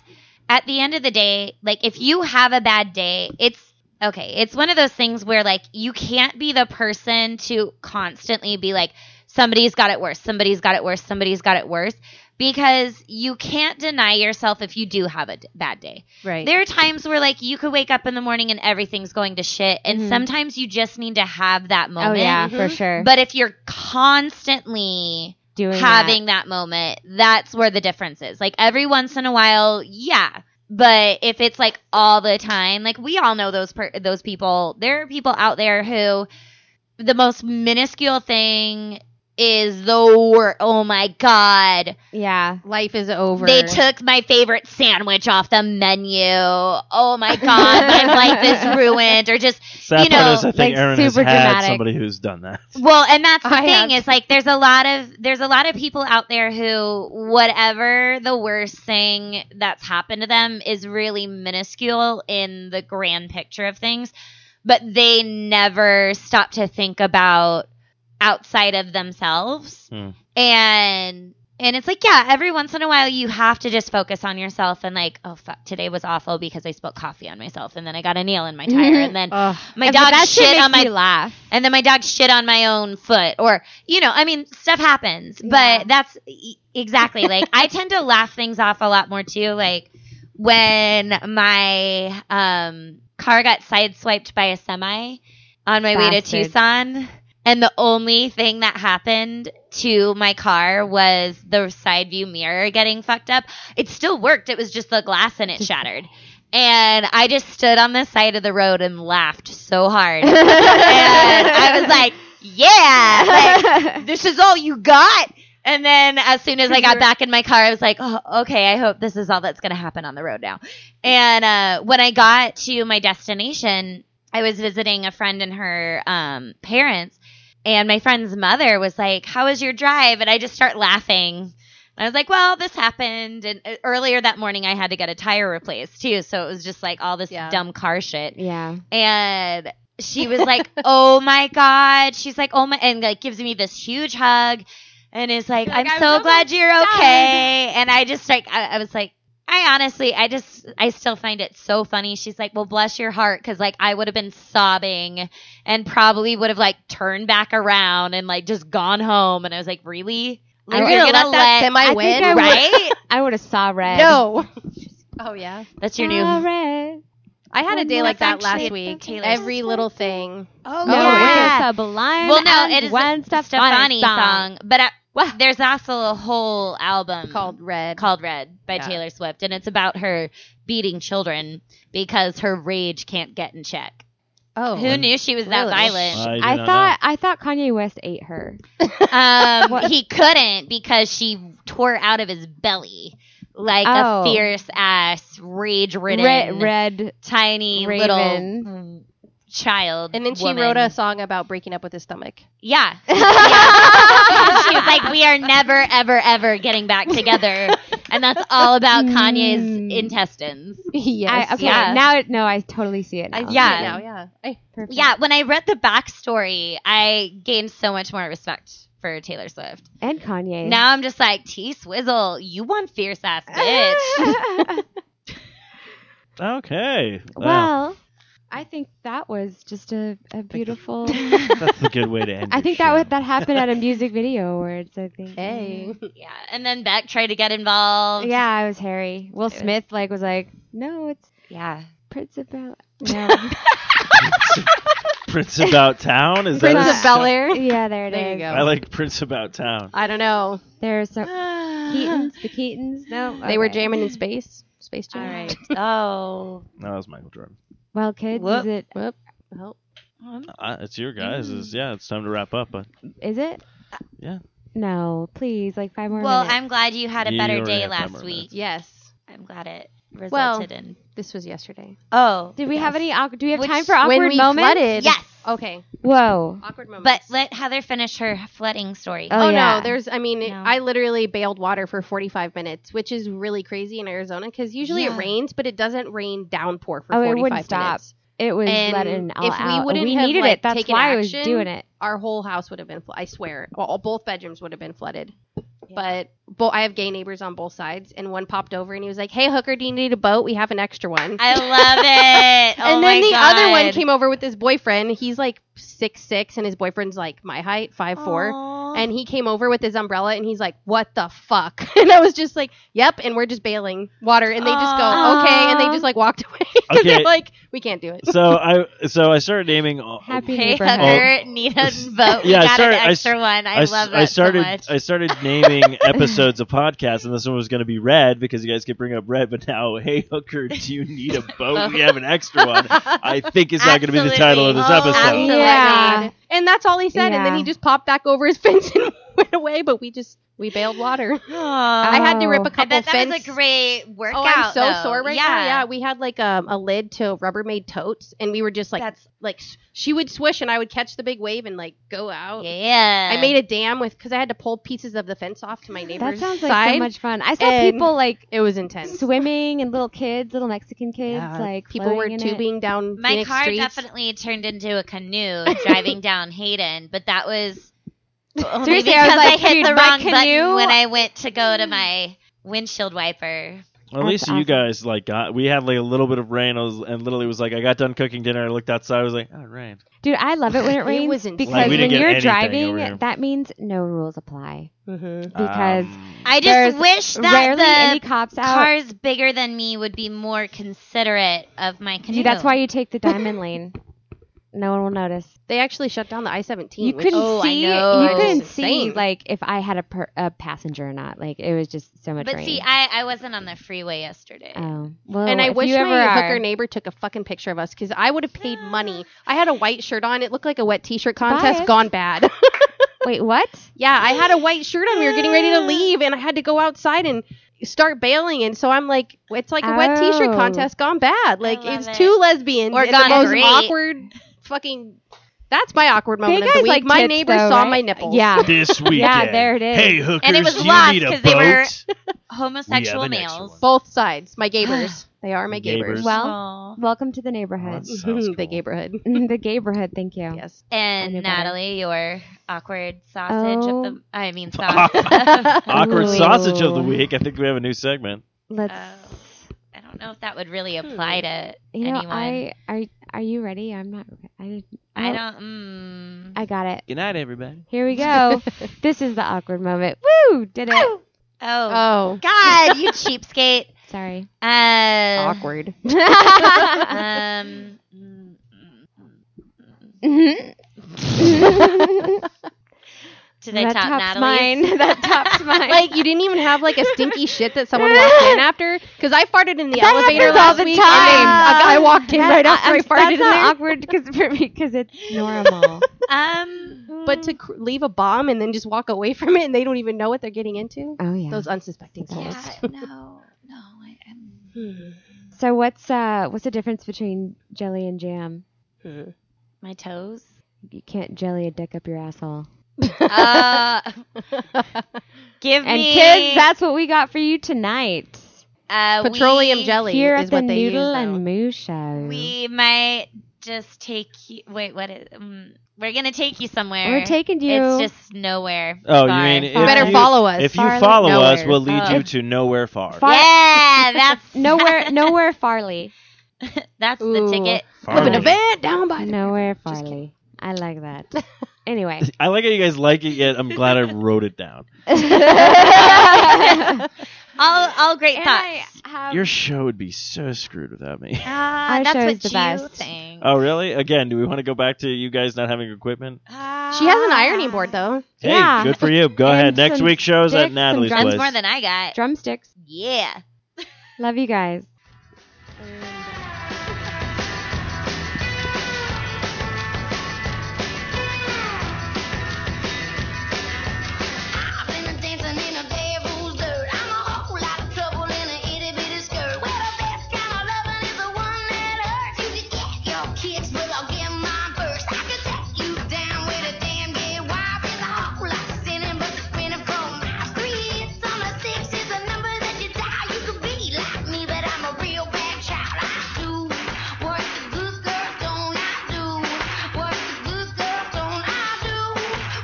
Speaker 6: at the end of the day, like if you have a bad day, it's okay. It's one of those things where like you can't be the person to constantly be like, somebody's got it worse, somebody's got it worse, somebody's got it worse, because you can't deny yourself if you do have a d- bad day.
Speaker 8: right
Speaker 6: There are times where like you could wake up in the morning and everything's going to shit, and sometimes you just need to have that
Speaker 7: Mm-hmm. Oh
Speaker 6: moment.
Speaker 7: yeah,
Speaker 8: Mm-hmm.
Speaker 7: for sure.
Speaker 6: But if you're constantly
Speaker 7: Doing
Speaker 6: having that. moment, that's where the difference is. Like every once in a while, yeah. But if it's like all the time, like we all know those per- those people. There are people out there who the most minuscule thing is the wor- oh my god
Speaker 7: that. yeah.
Speaker 8: life is over
Speaker 6: they
Speaker 8: (laughs)
Speaker 6: took my favorite sandwich off the menu oh my god my life is ruined or just
Speaker 2: Sad part
Speaker 6: You know,
Speaker 2: is, I think
Speaker 7: like,
Speaker 2: Aaron has
Speaker 7: super
Speaker 2: had
Speaker 7: dramatic.
Speaker 2: somebody who's done that.
Speaker 6: Well, and that's the
Speaker 8: I
Speaker 6: thing
Speaker 8: have-
Speaker 6: is like there's a lot of there's a lot of people out there who whatever the worst thing that's happened to them is really minuscule in the grand picture of things. but they never stop to think about outside of themselves.
Speaker 2: Hmm.
Speaker 6: And and it's like, yeah, every once in a while you have to just focus on yourself and like, oh fuck, today was awful because I spilled coffee on myself and then I got a nail in my
Speaker 8: (laughs)
Speaker 6: tire and then
Speaker 7: Ugh.
Speaker 6: my
Speaker 7: And- but
Speaker 6: dog
Speaker 7: that shit
Speaker 6: shit
Speaker 7: makes
Speaker 6: on my
Speaker 7: me laugh.
Speaker 6: and then my dog shit on my own foot or you know i mean stuff happens
Speaker 7: Yeah.
Speaker 6: but that's e- exactly like i tend to laugh things off a lot more too like when my um car got sideswiped by a semi on my way to
Speaker 7: Bastard.
Speaker 6: tucson and the only thing that happened to my car was the side view mirror getting fucked up it still worked it was just the glass and it shattered and i just stood on the side of the road and laughed so hard and I was like, yeah, like, this is all you got. And then as soon as I got back in my car, I was like, oh, okay, I hope this is all that's going to happen on the road now. And uh, when I got to my destination, I was visiting a friend and her um, parents. And my friend's mother was like, how was your drive? And I just start laughing. I was like, well, this happened. And uh, earlier that morning, I had to get a tire replaced too. So it was just like all this
Speaker 8: Yeah.
Speaker 6: dumb car shit
Speaker 7: yeah.
Speaker 6: and she was (laughs) like, "Oh my god!" She's like, "Oh my," and like gives me this huge hug, and is like,
Speaker 8: You're like,
Speaker 6: "I'm
Speaker 8: "I'm
Speaker 6: so
Speaker 8: so
Speaker 6: glad you're okay." And I just like, I, I was like, I honestly, I just, I still find it so funny. She's like, "Well, bless your heart," because like I would have been sobbing and probably would have like turned back around and like just gone home. And I was like, "Really?
Speaker 8: You're
Speaker 6: Like,
Speaker 8: gonna
Speaker 6: you're
Speaker 8: let that semi
Speaker 7: I
Speaker 8: win,
Speaker 7: think I would-
Speaker 6: right?
Speaker 7: I would have saw red.
Speaker 8: No. oh yeah.
Speaker 6: That's (laughs) your new."
Speaker 7: Saw red.
Speaker 8: I had a
Speaker 7: Well,
Speaker 8: day
Speaker 7: no,
Speaker 8: like that
Speaker 6: that's
Speaker 8: last
Speaker 6: actually
Speaker 8: week.
Speaker 6: Taylor
Speaker 8: (laughs) Every
Speaker 6: Swift.
Speaker 8: little thing.
Speaker 6: Oh,
Speaker 7: Oh, it's a sublime.
Speaker 6: Well, no,
Speaker 7: and
Speaker 6: it is
Speaker 7: one
Speaker 6: a
Speaker 7: Stefani,
Speaker 6: Stefani
Speaker 7: song.
Speaker 6: song, but I, there's also a whole album
Speaker 8: called Red.
Speaker 6: called Red by
Speaker 8: Yeah.
Speaker 6: Taylor Swift, and it's about her beating children because her rage can't get in check.
Speaker 8: oh,
Speaker 6: Who knew she was that
Speaker 8: Really?
Speaker 6: violent?
Speaker 2: do
Speaker 7: I
Speaker 2: not
Speaker 7: thought I thought Kanye West ate her.
Speaker 6: Um, he couldn't because she tore out of his belly like
Speaker 7: Oh.
Speaker 6: a fierce ass, rage ridden,
Speaker 7: Red, red.
Speaker 6: tiny
Speaker 7: raven.
Speaker 6: little mm, child.
Speaker 8: And then she
Speaker 6: woman.
Speaker 8: wrote a song about breaking up with his stomach.
Speaker 6: Yeah. she was like, "We are never, ever, ever getting back together," and that's all about
Speaker 7: Mm.
Speaker 6: Kanye's intestines.
Speaker 8: (laughs) yes.
Speaker 7: I, okay,
Speaker 6: yeah.
Speaker 7: now it- no, I totally see it. Now.
Speaker 8: I see
Speaker 6: Yeah.
Speaker 8: it now, Oh, yeah. I-
Speaker 7: Perfect.
Speaker 6: Yeah, when I read the backstory, I gained so much more respect for Taylor Swift.
Speaker 7: and Kanye. (laughs)
Speaker 6: Now I'm just like, T Swizzle, you one fierce ass bitch.
Speaker 2: know. Okay. Wow.
Speaker 7: well, I think that was just a, a beautiful.
Speaker 2: That's a good way to end
Speaker 7: (laughs) I
Speaker 2: your
Speaker 7: think that
Speaker 2: show.
Speaker 7: was, that happened at a music video awards. I think.
Speaker 8: Hey.
Speaker 6: yeah, and then Beck tried to get involved.
Speaker 7: Yeah, I was Harry. Will Smith like was like, no, it's
Speaker 6: yeah.
Speaker 7: Prince of Bel. No.
Speaker 2: Prince About Town is
Speaker 8: Prince
Speaker 2: that
Speaker 8: of Bel Air.
Speaker 7: yeah, there it is.
Speaker 8: There you go.
Speaker 2: I like Prince About Town.
Speaker 8: I don't know.
Speaker 7: There's
Speaker 6: (sighs)
Speaker 7: some Keatons. The Keatons. No,
Speaker 8: They were
Speaker 7: okay.
Speaker 8: jamming in space. Space
Speaker 7: All
Speaker 8: jam. (laughs)
Speaker 7: right.
Speaker 6: Oh.
Speaker 2: No, that was Michael Jordan.
Speaker 7: Well, kids,
Speaker 8: Whoop.
Speaker 7: is it?
Speaker 8: Whoop. Well,
Speaker 2: Uh, it's your guys. Is yeah. It's time to wrap up. But
Speaker 7: Is it?
Speaker 2: Yeah.
Speaker 7: No, please, like five more
Speaker 6: (laughs) Well,
Speaker 7: minutes.
Speaker 6: I'm glad you had a
Speaker 2: You
Speaker 6: better
Speaker 2: already
Speaker 6: day
Speaker 2: have five
Speaker 6: last
Speaker 2: more
Speaker 6: week.
Speaker 2: minutes.
Speaker 8: yes.
Speaker 6: I'm glad it resulted
Speaker 8: Well,
Speaker 6: in.
Speaker 8: This was yesterday.
Speaker 6: Oh.
Speaker 7: Did we have any? awk- Do we have
Speaker 6: Which-
Speaker 7: time for awkward
Speaker 8: when we
Speaker 7: moments?
Speaker 8: flooded.
Speaker 6: Yes.
Speaker 8: Okay.
Speaker 7: Whoa.
Speaker 8: Awkward moments.
Speaker 6: But let Heather finish her flooding story.
Speaker 7: Oh,
Speaker 8: Oh,
Speaker 7: yeah.
Speaker 8: no, there's I mean,
Speaker 6: No.
Speaker 8: I literally bailed water for 45 minutes, which is really crazy in Arizona cuz usually
Speaker 6: Yeah.
Speaker 8: it rains, but it doesn't rain downpour for
Speaker 7: Oh, it
Speaker 8: 45
Speaker 7: wouldn't stop.
Speaker 8: minutes.
Speaker 7: It was
Speaker 8: And
Speaker 7: letting all
Speaker 8: if we
Speaker 7: out.
Speaker 8: wouldn't
Speaker 7: we
Speaker 8: have,
Speaker 7: needed
Speaker 8: like,
Speaker 7: it. That's
Speaker 8: taken
Speaker 7: why I was
Speaker 8: action-
Speaker 7: doing it.
Speaker 8: Our whole house would have been flo- I swear, all, both bedrooms would have been flooded. But bo- I have gay neighbors on both sides and one popped over and he was like, "Hey hooker, do you need a boat? We have an extra one."
Speaker 6: I
Speaker 8: (laughs)
Speaker 6: love it. Oh
Speaker 8: and
Speaker 6: my
Speaker 8: then the
Speaker 6: God.
Speaker 8: other one came over with his boyfriend. He's like six six, and his boyfriend's like my height, five four.
Speaker 6: Aw.
Speaker 8: And he came over with his umbrella, and he's like, "What the fuck?" (laughs) And I was just like, "Yep." And we're just bailing water, and they just go,
Speaker 6: Aw.
Speaker 8: "Okay," and they just like walked (laughs) away. 'Cause
Speaker 2: Okay.
Speaker 8: They're like, "We can't do it."
Speaker 2: So I so I started naming. All,
Speaker 7: Happy
Speaker 6: Hey
Speaker 7: neighborhood.
Speaker 6: Hooker, (laughs) need a
Speaker 8: (laughs)
Speaker 6: vote.
Speaker 2: Yeah, I
Speaker 6: we got
Speaker 2: started- I
Speaker 6: an extra one. I,
Speaker 2: s-
Speaker 6: love that
Speaker 2: I started.
Speaker 6: so much.
Speaker 2: I started naming episodes of podcasts, and this one was going to be red because you guys could bring up red. But now, hey hooker, do you need a boat? we have an extra one. I think it's not going to be the title of this
Speaker 6: Absolutely.
Speaker 2: episode.
Speaker 6: Absolutely.
Speaker 7: Yeah.
Speaker 8: And that's all he said. And then
Speaker 7: Yeah.
Speaker 8: (laughs) he just popped back over his fence and went away. But we just We bailed water. I had to rip a couple
Speaker 6: I bet Oh. that
Speaker 8: fence.
Speaker 6: was a great workout.
Speaker 8: Oh, I'm so
Speaker 6: though.
Speaker 8: sore right
Speaker 6: yeah.
Speaker 8: now. Yeah, we had like um, a lid to Rubbermaid totes, and we were just like,
Speaker 6: That's-
Speaker 8: like s- she would swish, and I would catch the big wave and like go out.
Speaker 6: Yeah.
Speaker 8: I made a dam with because I had to pull pieces of the fence off to my
Speaker 7: That
Speaker 8: neighbor's
Speaker 7: sounds like
Speaker 8: side.
Speaker 7: so much fun. I saw
Speaker 8: and-
Speaker 7: people like
Speaker 8: it was intense.
Speaker 7: swimming and little kids, little Mexican kids,
Speaker 8: Yeah,
Speaker 7: like
Speaker 8: people were
Speaker 7: floating in it.
Speaker 8: tubing down
Speaker 6: my
Speaker 8: Phoenix
Speaker 6: car
Speaker 8: streets.
Speaker 6: definitely turned into a
Speaker 8: (laughs)
Speaker 6: canoe driving down Hayden, but that was only
Speaker 7: Seriously, I
Speaker 6: Oh because
Speaker 7: was
Speaker 6: I,
Speaker 7: like,
Speaker 6: hit
Speaker 7: dude, my
Speaker 6: the wrong button
Speaker 7: canoe-
Speaker 6: when I went to go to
Speaker 8: (laughs)
Speaker 6: my windshield wiper.
Speaker 2: Well, at least
Speaker 7: awesome.
Speaker 2: you guys like got. We had like a little bit of rain. I was, and literally was like, I got done cooking dinner. I looked outside. I was like, oh, rain.
Speaker 7: Dude, I love it when
Speaker 8: It
Speaker 7: it rains
Speaker 8: was insane.
Speaker 7: because
Speaker 2: Like, we
Speaker 7: when
Speaker 2: didn't get
Speaker 7: you're
Speaker 2: anything over
Speaker 7: driving,
Speaker 2: here.
Speaker 7: that means no rules apply
Speaker 8: Mhm.
Speaker 7: because
Speaker 2: Um,
Speaker 6: I just
Speaker 7: There's
Speaker 6: wish
Speaker 7: rarely
Speaker 6: that
Speaker 7: any
Speaker 6: the
Speaker 7: cops out.
Speaker 6: cars bigger than me would be more considerate of my canoe.
Speaker 7: Dude, that's why you take the diamond lane. No one will notice.
Speaker 8: They actually shut down the I-17.
Speaker 7: You
Speaker 8: which-
Speaker 7: couldn't
Speaker 6: oh, I
Speaker 7: see.
Speaker 6: know.
Speaker 7: You
Speaker 6: It's
Speaker 7: couldn't
Speaker 8: just
Speaker 7: see
Speaker 8: insane.
Speaker 7: like if I had a, per- a passenger or not. Like it was just so much.
Speaker 6: But
Speaker 7: rain.
Speaker 6: see, I, I wasn't on the freeway yesterday.
Speaker 7: oh well.
Speaker 8: and I
Speaker 7: if
Speaker 8: wish
Speaker 7: you
Speaker 8: my
Speaker 7: ever are,
Speaker 8: hooker neighbor took a fucking picture of us because I would have paid
Speaker 7: (gasps)
Speaker 8: money. I had a white shirt on. It looked like a wet T-shirt contest
Speaker 7: it. (laughs)
Speaker 8: gone bad.
Speaker 7: Wait, what?
Speaker 8: Yeah, I had a white shirt on. We were getting ready to leave, and I had to go outside and start bailing. And so I'm like, it's like a wet t-shirt
Speaker 7: Oh.
Speaker 8: contest gone bad. Like
Speaker 6: love
Speaker 8: it's
Speaker 6: it.
Speaker 8: two lesbians.
Speaker 6: Or
Speaker 8: and
Speaker 6: gone
Speaker 8: the most
Speaker 6: great.
Speaker 8: awkward fucking. That's my awkward
Speaker 7: They
Speaker 8: moment of the
Speaker 7: guys
Speaker 8: week.
Speaker 7: like
Speaker 8: my
Speaker 7: tits,
Speaker 8: neighbor
Speaker 7: though,
Speaker 8: saw
Speaker 7: right?
Speaker 8: my
Speaker 7: (laughs)
Speaker 8: nipple. (laughs)
Speaker 7: Yeah.
Speaker 2: Um, this weekend.
Speaker 7: there it is.
Speaker 2: Hey hookers,
Speaker 6: And it was
Speaker 2: you
Speaker 6: lost
Speaker 2: need a
Speaker 6: 'cause they were
Speaker 2: boat.
Speaker 6: Homosexual
Speaker 2: We have an extra
Speaker 6: males.
Speaker 2: one.
Speaker 8: both sides. (gasps) My gabers. they are my
Speaker 2: Gabers.
Speaker 8: gabers. mm-hmm,
Speaker 7: Well,
Speaker 6: Aw.
Speaker 7: welcome to the neighborhood.
Speaker 2: That sounds
Speaker 8: the
Speaker 2: cool.
Speaker 8: neighborhood.
Speaker 7: (laughs) the neighborhood. Thank you.
Speaker 8: (laughs) Yes.
Speaker 6: And
Speaker 7: I knew better.
Speaker 6: Natalie, your awkward sausage
Speaker 7: Oh.
Speaker 6: of the I mean sausage.
Speaker 2: Awkward
Speaker 7: Ooh.
Speaker 2: sausage of the week. I think we have a new segment.
Speaker 7: Let's.
Speaker 6: (laughs) I don't know if that would really
Speaker 7: Hmm.
Speaker 6: apply to
Speaker 7: you know,
Speaker 6: anyone.
Speaker 7: I are are you ready? I'm not. I
Speaker 6: I don't. Mm,
Speaker 7: I got it.
Speaker 2: Good night, everybody.
Speaker 7: Here
Speaker 6: (laughs)
Speaker 7: we go. this is the awkward moment. Woo! Did it.
Speaker 6: oh,
Speaker 8: (laughs) (laughs) Oh,
Speaker 6: God,
Speaker 7: (laughs)
Speaker 6: you cheapskate.
Speaker 7: Sorry. (laughs)
Speaker 6: Uh,
Speaker 8: awkward.
Speaker 6: (laughs) um, mm, did I
Speaker 7: that
Speaker 6: top
Speaker 7: tops
Speaker 6: Natalie's? (laughs)
Speaker 7: mine. (laughs) that tops mine.
Speaker 8: like you didn't even have like a (laughs) stinky shit that someone walked in after because I farted in the
Speaker 7: That
Speaker 8: elevator
Speaker 7: happens
Speaker 8: last
Speaker 7: all the
Speaker 8: week.
Speaker 7: time.
Speaker 8: And they, a guy walked in
Speaker 7: That's
Speaker 8: right
Speaker 7: not-
Speaker 8: after I
Speaker 7: I'm-
Speaker 8: farted in
Speaker 7: That's not
Speaker 8: there.
Speaker 7: awkward because for me because it's normal.
Speaker 6: Um,
Speaker 8: But to cr- leave a bomb and then just walk away from it and they don't even know what they're getting into.
Speaker 7: oh yeah.
Speaker 8: Those unsuspecting souls.
Speaker 6: yeah, no, no, I, I'm,
Speaker 7: so what's uh what's the difference between jelly and jam?
Speaker 6: my toes.
Speaker 7: You can't jelly a dick up your asshole.
Speaker 6: Uh, give
Speaker 7: And
Speaker 6: me
Speaker 7: kids, that's what we got for you tonight.
Speaker 6: uh,
Speaker 8: (laughs) Petroleum
Speaker 6: we-
Speaker 8: jelly
Speaker 7: Here
Speaker 8: is
Speaker 7: at the
Speaker 8: what they
Speaker 7: Noodle
Speaker 8: use.
Speaker 7: and Moo Show.
Speaker 6: We might just take you. Wait, what is? Um, we're gonna take you somewhere.
Speaker 7: We're taking you.
Speaker 6: It's just nowhere.
Speaker 2: Oh,
Speaker 6: Far.
Speaker 2: you mean if
Speaker 7: far.
Speaker 8: better
Speaker 2: you,
Speaker 8: follow us.
Speaker 2: If you
Speaker 7: Far like
Speaker 2: follow us,
Speaker 7: nowhere. Uh,
Speaker 2: we'll lead
Speaker 6: Oh.
Speaker 2: you to nowhere far.
Speaker 7: Far- (laughs)
Speaker 6: Yeah, that's (laughs)
Speaker 7: nowhere, nowhere Farley.
Speaker 6: that's
Speaker 8: Ooh.
Speaker 6: the ticket.
Speaker 2: Far.
Speaker 8: an event down by the
Speaker 7: Nowhere Farley. I like that. (laughs) Anyway,
Speaker 8: (laughs)
Speaker 2: I like how you guys like it yet. I'm glad
Speaker 7: (laughs)
Speaker 2: I wrote it down.
Speaker 6: All all great thoughts.
Speaker 7: Um,
Speaker 2: Your show would be so screwed without me.
Speaker 6: Ah,
Speaker 7: Our
Speaker 6: that's
Speaker 7: show
Speaker 6: what
Speaker 7: is the
Speaker 6: you
Speaker 7: best.
Speaker 6: think.
Speaker 2: Oh, really? Again, do we want to go back to you guys not having equipment?
Speaker 8: She has an ironing board though.
Speaker 2: Hey,
Speaker 7: Yeah.
Speaker 2: good for you. Go
Speaker 7: And
Speaker 2: ahead. Next
Speaker 7: some
Speaker 2: week's show's
Speaker 7: sticks
Speaker 2: at
Speaker 7: and
Speaker 2: Natalie's
Speaker 7: drums.
Speaker 2: place.
Speaker 6: That's more than I got.
Speaker 7: drumsticks.
Speaker 6: Yeah.
Speaker 7: Love you guys.
Speaker 4: I've been dancing in a devil's dirt. I'm a whole lot of trouble in an itty bitty skirt. Well, the best kind of loving is the one that hurts. You can get your kicks, but I'll get mine first. I can take you down with a damn gay wife. There's a whole lot of sinning, but the spinning from my three is on a six is a number that you die. You could be like me, but I'm a real bad child. I do what the good girls don't. I do what the good girls don't. I do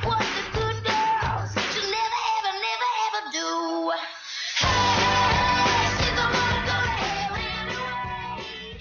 Speaker 4: what the good girls should never, ever, never, ever do. Hey, she's the one to go to hell anyway.